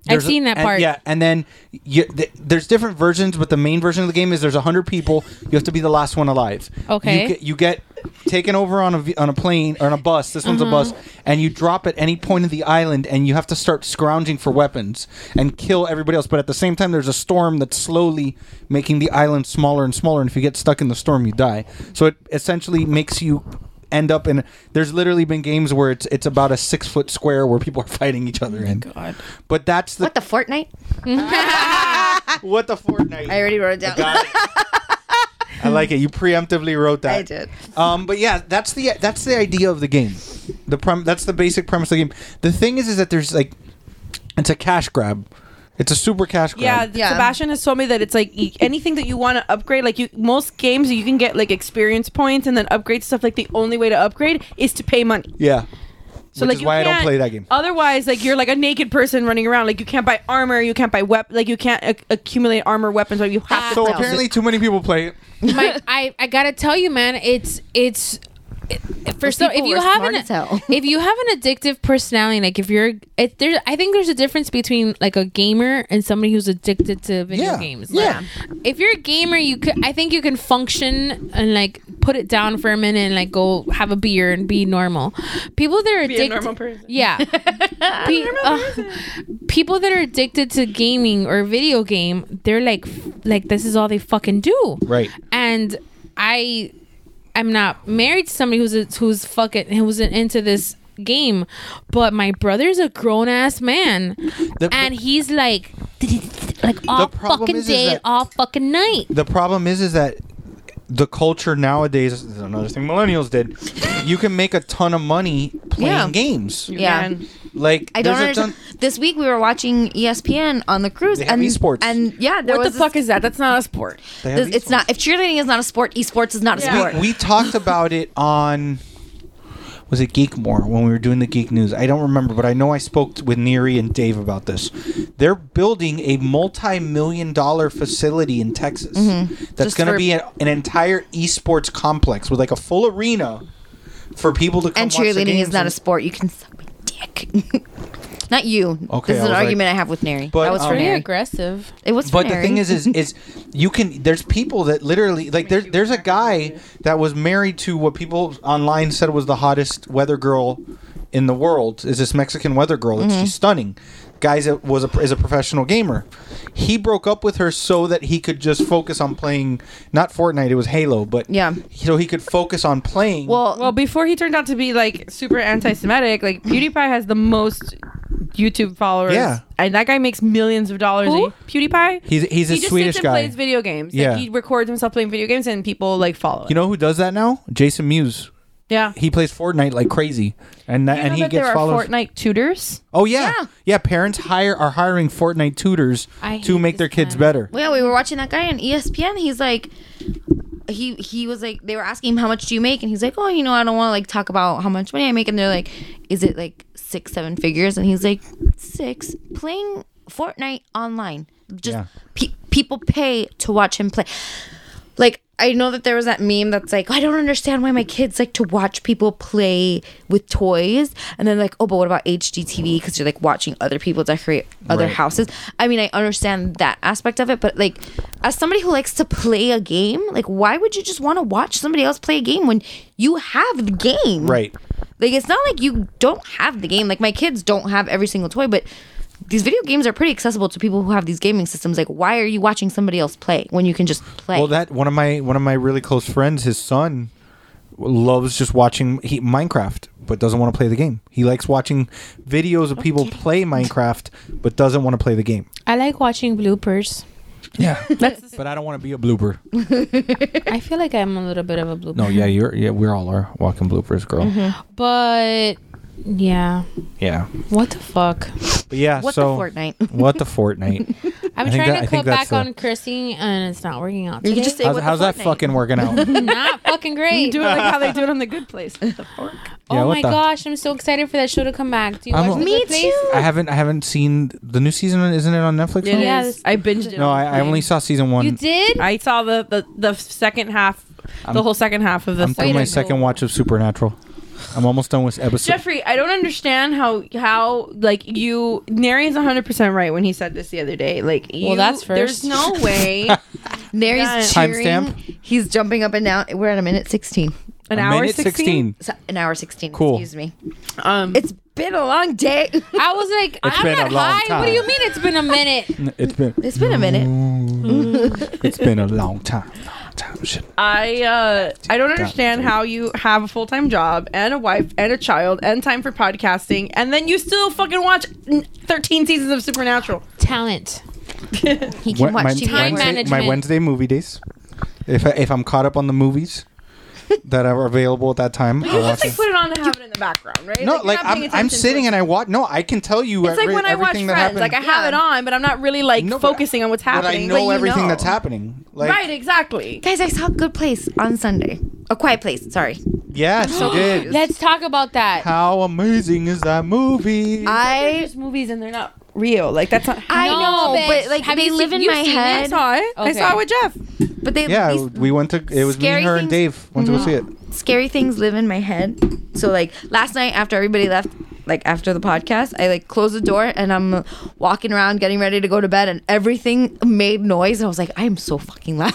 F: I've seen that part.
D: yeah, and then you, th- there's different versions, but the main version of the game is there's hundred people. You have to be the last one alive.
F: Okay.
D: You get, you get taken over on a v- on a plane or on a bus. This one's a bus,
H: Mm-hmm.
D: and you drop at any point of the island, and you have to start scrounging for weapons and kill everybody else. But at the same time, there's a storm that's slowly making the island smaller and smaller. And if you get stuck in the storm, you die. So it essentially makes you end up in there's literally been games where it's it's about a six foot square where people are fighting each other in god but that's the
H: Oh What the Fortnite?
D: what the Fortnite?
H: I already wrote it down.
D: Got it. I like it. You preemptively wrote that.
H: I did.
D: Um, but yeah, that's the that's the idea of the game. The prem- that's the basic premise of the game. The thing is, is that there's like, it's a cash grab. It's a super cash grab.
E: Yeah,
H: Yeah.
E: Sebastian has told me that it's like e- anything that you want to upgrade, like you most games you can get like experience points and then upgrade stuff. Like the only way to upgrade is to pay money.
D: Yeah.
E: So
D: Which
E: like
D: is
E: you
D: why I don't
E: can't-
D: play that game.
E: Otherwise, like you're like a naked person running around. Like you can't buy armor, you can't buy weapon, like you can't ac- accumulate armor, weapons. Like you have
D: So
E: to.
D: apparently, too many people play it.
F: My, I I gotta tell you, man, it's it's. it- For so, if
H: people
F: you
H: were
F: have
H: smart
F: an
H: as hell.
F: if you have an addictive personality, like if you're, if there, I think there's a difference between like a gamer and somebody who's addicted to video
D: Yeah,
F: games.
D: yeah.
F: Like, if you're a gamer, you could, I think you can function and like put it down for a minute and like go have a beer and be normal. People that are
E: Be a
F: addicted,
E: normal person.
F: yeah, Pe- uh, people that are addicted to gaming or video game, they're like, f- like this is all they fucking do.
D: Right.
F: And I, I'm not married to somebody who's a, who's fucking who's into this game, but my brother's a grown ass man,
D: The-
F: and he's like, like all
D: problem
F: fucking
D: is- is
F: day,
D: that-
F: all fucking night.
D: The problem is, is that the culture nowadays this is another thing millennials did. You can make a ton of money playing
H: Yeah.
D: games.
H: yeah.
E: Man.
D: Like
H: I don't
D: there's a
H: understand.
D: ton.
H: This week we were watching E ESPN on the cruise
D: They have
H: and
D: esports.
H: and yeah, there
E: What the
H: was
E: fuck is that? That's not a sport.
D: They
H: this-
D: have
H: this- it's not if cheerleading is not a sport, esports is not a sport.
D: We talked about it on was it Geekmore when we were doing the Geek News? I don't remember, but I know I spoke with Neary and Dave about this. They're building a multi-million dollar facility in Texas that's
H: Mm-hmm. Just
D: going to
H: for-
D: be an, an entire esports complex with like a full arena for people to come.
H: and
D: watch the
H: cheerleading
D: games
H: is not a
D: and-
H: sport. You can suck my dick. not you.
D: Okay,
H: Okay,
D: I was
H: this is an
D: like-
H: argument I have with Neri.
D: But,
H: that was
D: um,
H: for
D: Pretty
F: Very
H: Neri.
F: aggressive.
H: It was for
D: But the
H: Neri.
D: thing is, is is you can. There's people that literally like there's there's a guy that was married to what people online said was the hottest weather girl in the world. Is this Mexican weather girl?
E: Mm-hmm.
D: And she's stunning. Guys that was a is a professional gamer. He broke up with her so that he could just focus on playing not Fortnite. It was Halo, but
H: Yeah.
D: So he could focus on playing.
H: well,
E: Well, before he turned out to be like super anti-Semitic, like PewDiePie has the most YouTube followers.
D: Yeah.
E: and that guy makes millions of dollars. a
F: Who?
E: year. PewDiePie.
D: he's he's a
E: he just
D: Swedish
E: sits and
D: guy.
E: plays video games. Like,
D: Yeah.
E: he records himself playing video games, and people like follow.
D: you know who does that now? Jason Mewes.
E: yeah.
D: He plays Fortnite like crazy, and that,
E: You
D: and
E: know
D: he
E: that
D: gets
E: there
D: followers.
E: are Fortnite tutors.
D: Oh yeah. yeah, parents hire are hiring Fortnite tutors
F: I
D: to
F: hate
D: make
F: this
D: their kids
F: guy.
D: better.
H: yeah, we were watching that guy on E ESPN. He's like, he he was like, they were asking him how much do you make, and he's like, oh, you know, I don't want to like talk about how much money I make, and they're like, is it like six, seven figures? And he's like, six playing Fortnite online. Just
D: Yeah.
H: pe- people pay to watch him play. Like I know that there was that meme that's like, "Oh, I don't understand why my kids like to watch people play with toys, and then like, oh, but what about HGTV? Because you're like watching other people decorate other
D: Right.
H: houses. I mean, I understand that aspect of it, but like, as somebody who likes to play a game, like, why would you just want to watch somebody else play a game when you have the game?
D: Right.
H: Like, it's not like you don't have the game. Like, my kids don't have every single toy, but these video games are pretty accessible to people who have these gaming systems. Like, why are you watching somebody else play when you can just play?
D: Well, that one of my one of my really close friends, his son loves just watching he, Minecraft, but doesn't want to play the game. He likes watching videos of people play Minecraft, but doesn't want to play the game.
F: I like watching bloopers.
D: Yeah, but I don't want to be a blooper.
F: I feel like I'm a little bit of a blooper.
D: No, yeah, you're yeah, we're all are walking bloopers, girl.
F: But yeah,
D: Yeah,
F: what the fuck?
D: but yeah.
H: What the
D: so
H: Fortnite?
D: what the Fortnite?
F: I'm
D: I think
F: trying
D: that- I
F: to
D: think
F: cut
D: that's
F: back
D: the-
F: on Chrissy, and it's not working out.
H: you
F: today.
H: can just say,
D: How's,
H: what the
D: how's that
H: Fortnite?
D: fucking working out?
F: not fucking great.
E: Do it like how they do it on the Good Place.
F: oh
D: Yeah, what
F: my
D: the-
F: gosh, I'm so excited for that show to come back. Do you
D: I'm
F: watch
D: a-
F: The
D: Me
F: Good Place?
D: I haven't I haven't seen the new season. Isn't it on Netflix? now?
F: Yeah, this-
E: I binged it.
D: No,
E: on
D: I, I
E: Hulu.
D: only saw season one.
F: You did?
E: I saw the the, the second half, the whole second half of
D: I'm
E: this.
D: doing my
F: Wait,
D: second
F: no.
D: watch of Supernatural. I'm almost done with episode.
E: Jeffrey, I don't understand how how like you Nari's 100 percent right when he said this the other day. Like, you,
F: that's
E: There's
F: first.
E: no way
H: Nary's
E: Yeah.
H: cheering.
D: Timestamp?
H: He's jumping up and down. We're at a minute sixteen.
E: an
D: A
E: hour
D: minute 16.
E: 16.
H: So- an hour sixteen.
D: Cool.
H: Excuse me.
E: Um,
H: It's been a long day.
F: I was like, I'm
D: been a
F: not
D: long
F: high. What
D: time.
F: do you mean it's been a minute?
D: It's been
H: it's been a minute.
D: it's been a long time. Long time. Shit.
E: I uh, I don't understand how you have a full time job and a wife and a child and time for podcasting and then you still fucking watch n- 13 seasons of Supernatural.
D: Oh,
F: Talent.
H: He can
D: Wed-
H: watch TV.
D: Wednesday,
F: Time
H: Wednesday.
D: my
F: management.
D: Wednesday movie days. If I, if I'm caught up on the movies that are available at that time, I
E: You
D: watch
E: just like
D: it.
E: put it on to have it in the background, right?
D: No,
E: you're
D: like
E: not
D: I'm,
E: paying
D: I'm
E: attention to
D: sitting
E: it.
D: and I watch. No, I can tell you
E: It's like
D: every-
E: when I watch
D: everything that
E: Friends.
D: happened.
E: Like I have it on, but I'm not really like
D: No, but I-
E: focusing on what's
D: but I
E: happening.
D: know
E: you
D: everything
E: know.
D: that's happening. Like,
E: right, exactly.
H: Guys, I saw Good Place on Sunday. A Quiet Place. Sorry.
D: Yes, you did.
F: Let's talk about that.
D: How amazing is that movie?
H: I
E: There's movies and they're not real. Like that's not.
H: I
F: No,
H: know,
F: bitch.
H: but like
F: Have
H: they
F: you
H: live
F: seen-
H: in
F: you've
H: my
F: seen it?
H: head.
E: I saw it. I
F: Okay.
E: saw it with Jeff.
H: But they
D: yeah,
H: these
D: we went to it was me,
H: scary
D: her, and
H: things- Mm-hmm.
D: Dave went to go see it.
H: scary things live in my head. So like last night after everybody left, like after the podcast, I like closed the door and I'm walking around getting ready to go to bed and everything made noise and I was like, I am so fucking loud.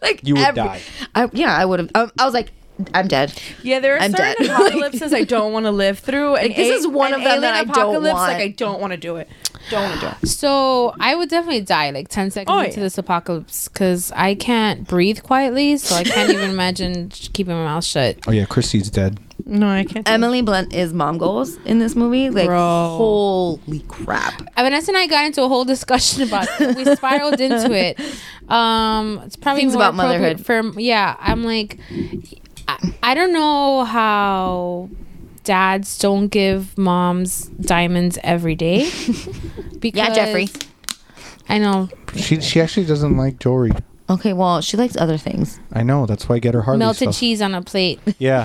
H: like
D: You would die.
H: I, yeah, I would have. Um, I was like, I'm dead.
E: Yeah, there are
H: I'm
E: certain
H: dead.
E: apocalypses I don't want to live through. And
H: Like, this
E: a-
H: is one
E: an
H: of them
E: alien
H: that I don't
E: apocalypse,
H: want.
E: Like I don't want to do it. Don't want to do it.
F: So I would definitely die like ten seconds
E: Oh,
F: into
E: yeah.
F: this apocalypse because I can't breathe quietly, so I can't even imagine sh- keeping my mouth shut.
D: Oh yeah, Christy's dead.
E: No, I can't.
H: Emily Blunt is mom goals in this movie. Like
F: Bro.
H: holy crap.
F: Uh, Vanessa and I got into a whole discussion about it. we spiraled into it. Um, it's probably
H: Things
F: more
H: about motherhood.
F: appropriate For yeah, I'm like, I, I don't know how dads don't give moms diamonds every day. Because
H: Yeah, Jeffrey.
F: I know
D: She she actually doesn't like jewelry.
H: Okay, well she likes other things.
D: I know that's why I get her Harley
F: melted
D: stuff.
F: cheese on a plate.
D: Yeah,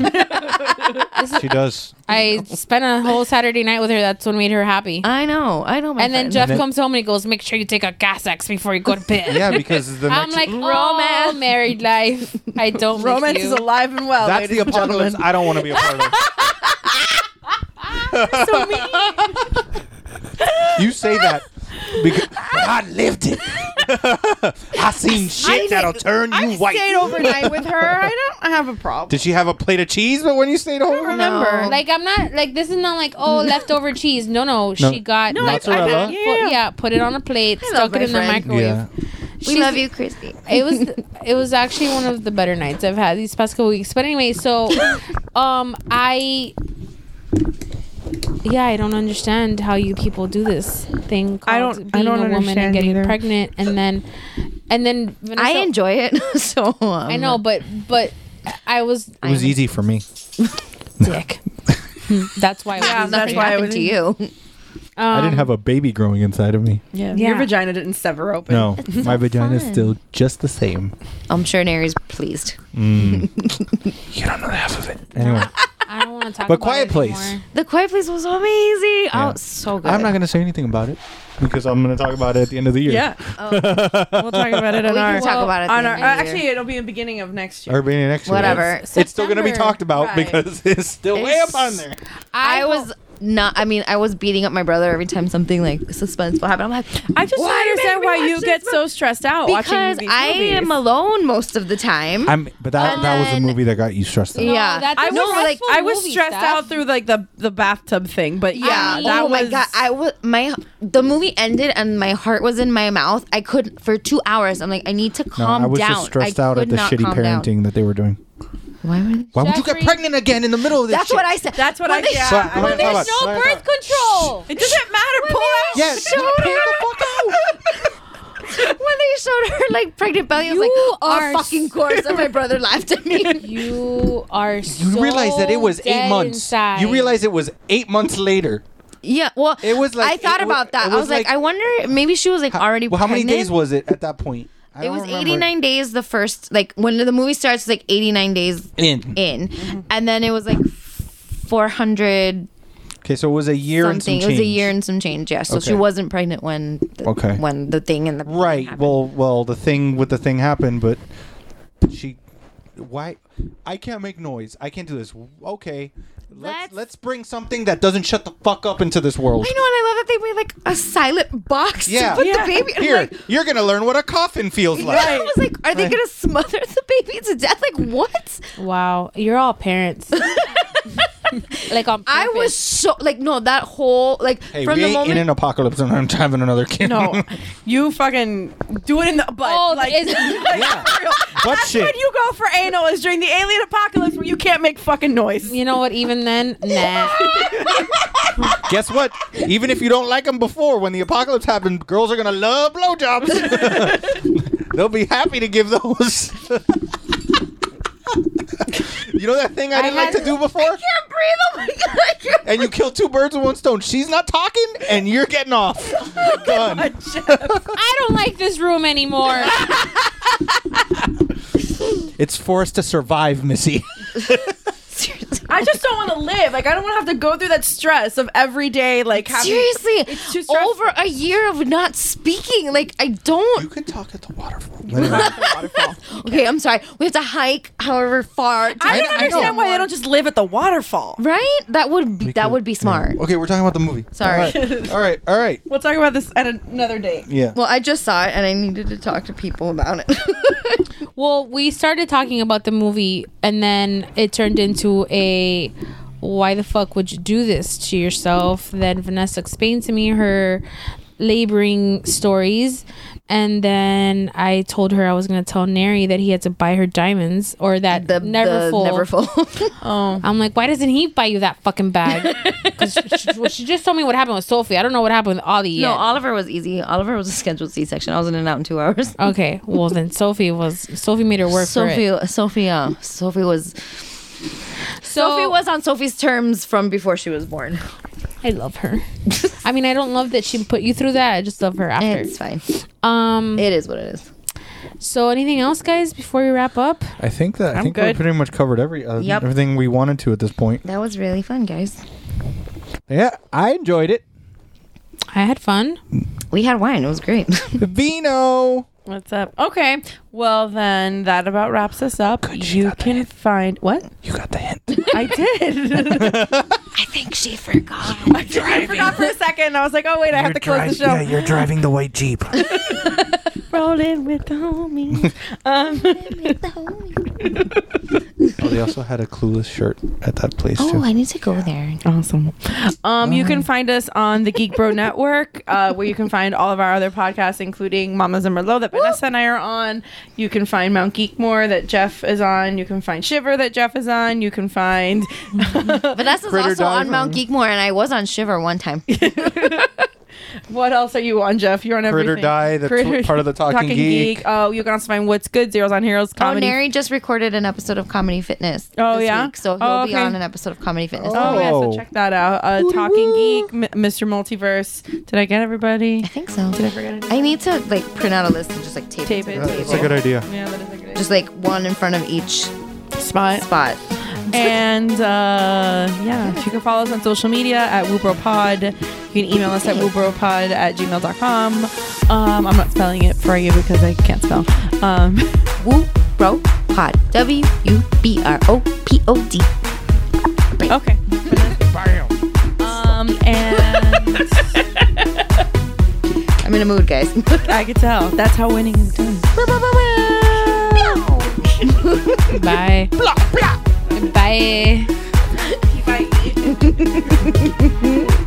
D: she does.
F: I spent a whole Saturday night with her. That's what made her happy.
H: I know. I know. My
F: and then
H: friend.
F: Jeff
D: then-
F: comes home and he goes, "Make sure you take a gas X before you go to bed."
D: Yeah, because the
F: I'm
D: next
F: like, romance, married life. I don't
E: Romance is alive and well.
D: that's the
E: ladies and
D: apocalypse. I don't want to be a part of.
E: gentlemen. So mean.
D: You say that because I lived it. I seen shit that'll turn you
E: I stayed overnight with her. I don't have a problem.
D: Did she have a plate of cheese? But when you stayed home,
E: remember?
H: No.
F: Like I'm not like this is not like oh leftover cheese. No, no, she got
D: No,
F: like,
D: mozzarella.
F: put-
E: Yeah, yeah, yeah.
F: yeah, put it on a plate, stuck it
H: my
F: in the
H: friend.
F: microwave.
H: we
F: She's-
H: love you, Christy.
F: It was it was actually one of the better nights I've had these past couple weeks. But anyway, so um I yeah, I don't understand how you people do this thing called
E: I don't- I
F: being
E: don't
F: a woman and
E: understand
F: getting
E: either.
F: pregnant and then and then
H: I
F: Vanessa-
H: enjoy it. so um,
F: I know, but but I was
D: It was easy for me.
F: dick. that's why
E: Yeah,
F: was
E: that's
F: Um,
H: Nothing
E: why I
H: happened
E: was
H: to you.
D: I didn't have a baby growing inside of me.
E: Yeah.
F: Yeah.
E: Your vagina didn't sever open.
D: No, my vagina's
H: fun.
D: still just the same.
H: I'm sure Neri's pleased.
D: You don't know the half of it. Anyway,
F: I don't want to talk
D: But
F: about
D: Quiet
F: it
D: Place.
F: anymore.
H: The Quiet Place was amazing.
D: Yeah.
H: Oh, so good.
D: I'm not gonna say anything about it because I'm gonna talk about it at the end of the year.
E: Yeah. We'll talk about it
H: We
E: on
H: can
E: our.
H: talk about it.
E: On our
H: then.
E: uh, actually, it'll be in the beginning of next year.
D: Or maybe next year.
H: Whatever.
D: It's, it's still gonna be
F: September.
D: talked about
E: Right.
D: because it's still way up on there.
H: I was not. I mean, I was beating up my brother every time something like suspenseful happened. I'm like,
E: I just
H: Why
E: don't
H: you
E: understand
H: made me
E: why
H: watch
E: you
H: this
E: get so stressed out
H: because
E: watching these
H: I
E: movies.
H: am alone most of the time.
D: I'm, but that
H: And
D: that was a
H: then-
D: movie that got you stressed out.
H: Yeah.
F: that's
E: I
F: a
E: was
H: No,
E: like
H: like-
E: I was
F: movie,
E: stressed
F: Steph.
E: out through like the the bathtub thing, but yeah,
H: yeah,
E: that
H: oh
E: was
H: my god! I was my the movie ended and my heart was in my mouth. I couldn't for two hours. I'm like, I need to
D: No,
H: calm down.
D: I was just stressed out at
H: could
D: the
H: not
D: shitty
H: calm down.
D: parenting that they were doing.
H: Why would?
D: Why would you
F: Jeffrey-
D: get pregnant again in the middle of this?
H: That's
D: shit?
H: what I said.
E: that's what
H: When
E: I
H: they-
E: yeah.
D: So-
E: I
D: when
E: was-
D: they-
F: There's no
D: Sorry,
F: birth control.
E: it doesn't matter, boy.
D: Yes. Shut the fuck out.
H: when they showed her like pregnant belly, I was
F: You
H: like,
F: are
H: "Of fucking course!" And my brother laughed at me.
F: You are so
D: You realize that it was
F: dead
D: eight months.
F: inside.
D: You realize it was eight months later.
H: yeah, well,
D: It was like-
H: I thought
D: it wa-
H: about that.
D: it
H: I
D: was
H: was like,
D: like-
H: I wonder maybe she was like already.
D: Well, how many days
H: pregnant.
D: was it at that point? I
H: It
D: don't
H: was
D: remember.
H: 89 days the first, like when the movie starts, it's like 89 days
D: in.
H: in, and then it was like 400
D: Okay, so it was a year
H: something.
D: and
H: It
D: some
H: was
D: change.
H: a year and some change. Yeah, so she
D: Okay.
H: wasn't pregnant when. The,
D: Okay.
H: When the thing in the
D: Right.
H: happened.
D: Well, well, the thing with the thing happened, but she, why? I can't make noise. I can't do this. Okay, let's
H: Let's-
D: let's bring something that doesn't shut the fuck up into this world.
H: I know, and I love that they made like a silent box
D: Yeah.
H: to put
E: Yeah.
H: the baby. I'm
D: Here,
H: like,
D: you're gonna learn what a coffin feels like.
H: I was like, are they gonna smother the baby to death? Like what?
F: Wow, you're all parents. like on
H: I was
F: purpose.
H: so like, no, that whole like
D: Hey,
H: from
D: we
H: the
D: ain't in
H: moment.
D: an apocalypse, and I'm having another kid.
E: No, you fucking do it in the butt.
F: Oh,
E: like,
F: is-
E: like,
D: Yeah.
E: for real.
D: butt
E: That's when
D: shit.
E: you go for anal is during the alien apocalypse where you can't make fucking noise.
F: You know what? Even then, nah.
D: Guess what? Even if you don't like them before, when the apocalypse happened, girls are gonna love blowjobs. They'll be happy to give those. you know that thing I didn't like
F: had-
D: to do before?
H: can't breathe. Oh my god! I can't
D: And you kill two birds with one stone. She's not talking, and you're getting off.
H: Oh
D: Done.
F: I don't like this room anymore.
D: It's for us to survive, Missy.
E: live. Like I don't want to have to go through that stress of every day. Like having,
H: Seriously,
E: it's too stressful.
H: over a year of not speaking. Like I don't.
C: You can talk at the waterfall.
H: Okay, I'm sorry. We have to hike however far. to-
E: I don't understand why they don't just live at the waterfall.
H: right? That would be, that would be smart.
D: Okay, we're talking about the movie.
H: Sorry.
D: All right. All right. All right.
E: We'll talk about this at another date.
D: Yeah.
H: Well, I just saw it and I needed to talk to people about it.
F: Well, we started talking about the movie, and then it turned into a why the fuck would you do this to yourself? Then Vanessa explained to me her laboring stories, and then I told her I was gonna tell Neri that he had to buy her diamonds or that
H: the
F: never full.
H: never full.
F: I'm like, why doesn't he buy you that fucking bag? Because she, well, she just told me what happened with Sophie. I don't know what happened with Ollie
H: No,
F: yet.
H: Oliver was easy. Oliver was a scheduled C section. I was in and out in two hours.
F: okay, well then Sophie was Sophie made her work for it.
H: Sophie, Sophie, uh, Sophie was
F: So-
H: Sophie was on Sophie's terms from before she was born.
F: I love her. I mean, I don't love that she put you through that. I just love her after.
H: It's fine.
F: Um.
H: It is what it is.
F: So, anything else, guys, before we wrap up?
D: I think that I
E: I'm
D: think we
E: good.
D: pretty much covered every uh,
H: Yep.
D: everything we wanted to at this point.
H: That was really fun, guys.
D: Yeah, I enjoyed it.
F: I had fun.
H: We had wine. It was great.
D: Vino.
E: What's up? Uh, Okay. Well, then that about wraps us up. you can find what
D: You got the hint.
E: I did.
H: I think she forgot.
E: I forgot for a second. I was like, oh wait, I have to close the show.
D: you're driving the white jeep.
E: Rolling with the homies. um,
D: oh, they also had a clueless shirt at that place
H: Oh,
D: too.
H: I need to go there.
E: awesome. Um, you can find us on the Geek Bro Network, uh, where you can find all of our other podcasts, including Mamas and Merlot that Vanessa and I are on. You can find Mount Geekmore that Jeff is on. You can find Shiver that Jeff is on. You can find
H: Vanessa's
D: Critter
H: also on
D: diver.
H: Mount Geekmore, and I was on Shiver one time.
E: What else are you on, Jeff? You're on
D: Critter
E: everything.
D: Die, the tw- part of the Talking Geek.
E: Oh, you can also find What's Good, Zeros on Heroes,
H: Oh,
E: Comedy.
H: Neri just recorded an episode of Comedy Fitness.
E: Oh,
H: this
E: yeah?
H: week, so he'll
E: Oh,
H: be
E: okay.
H: on an episode of Comedy Fitness.
E: Oh, yeah, so
D: Oh.
E: check that out. Uh, Talking Geek, M- Mr. Multiverse. Did I get everybody?
H: I think so. Did I forget? I need to like print out a list and just like tape,
E: Tape
H: it.
E: it.
H: to the
E: Tape
D: That's a
H: table.
D: good idea.
E: Yeah, that is a good
H: Just like one in front of each
E: spot.
H: spot.
E: And uh, yeah, you can follow us on social media at WooBroPod. You can email us at WooBroPod at gmail.com. Um, I'm not spelling it for you because I can't spell. Um,
H: Woo bro pod. W U B R O P O D.
E: okay. Um, and
H: I'm in a mood, guys.
E: I could tell. That's how winning is done.
F: Bye. Bye.
E: Bye.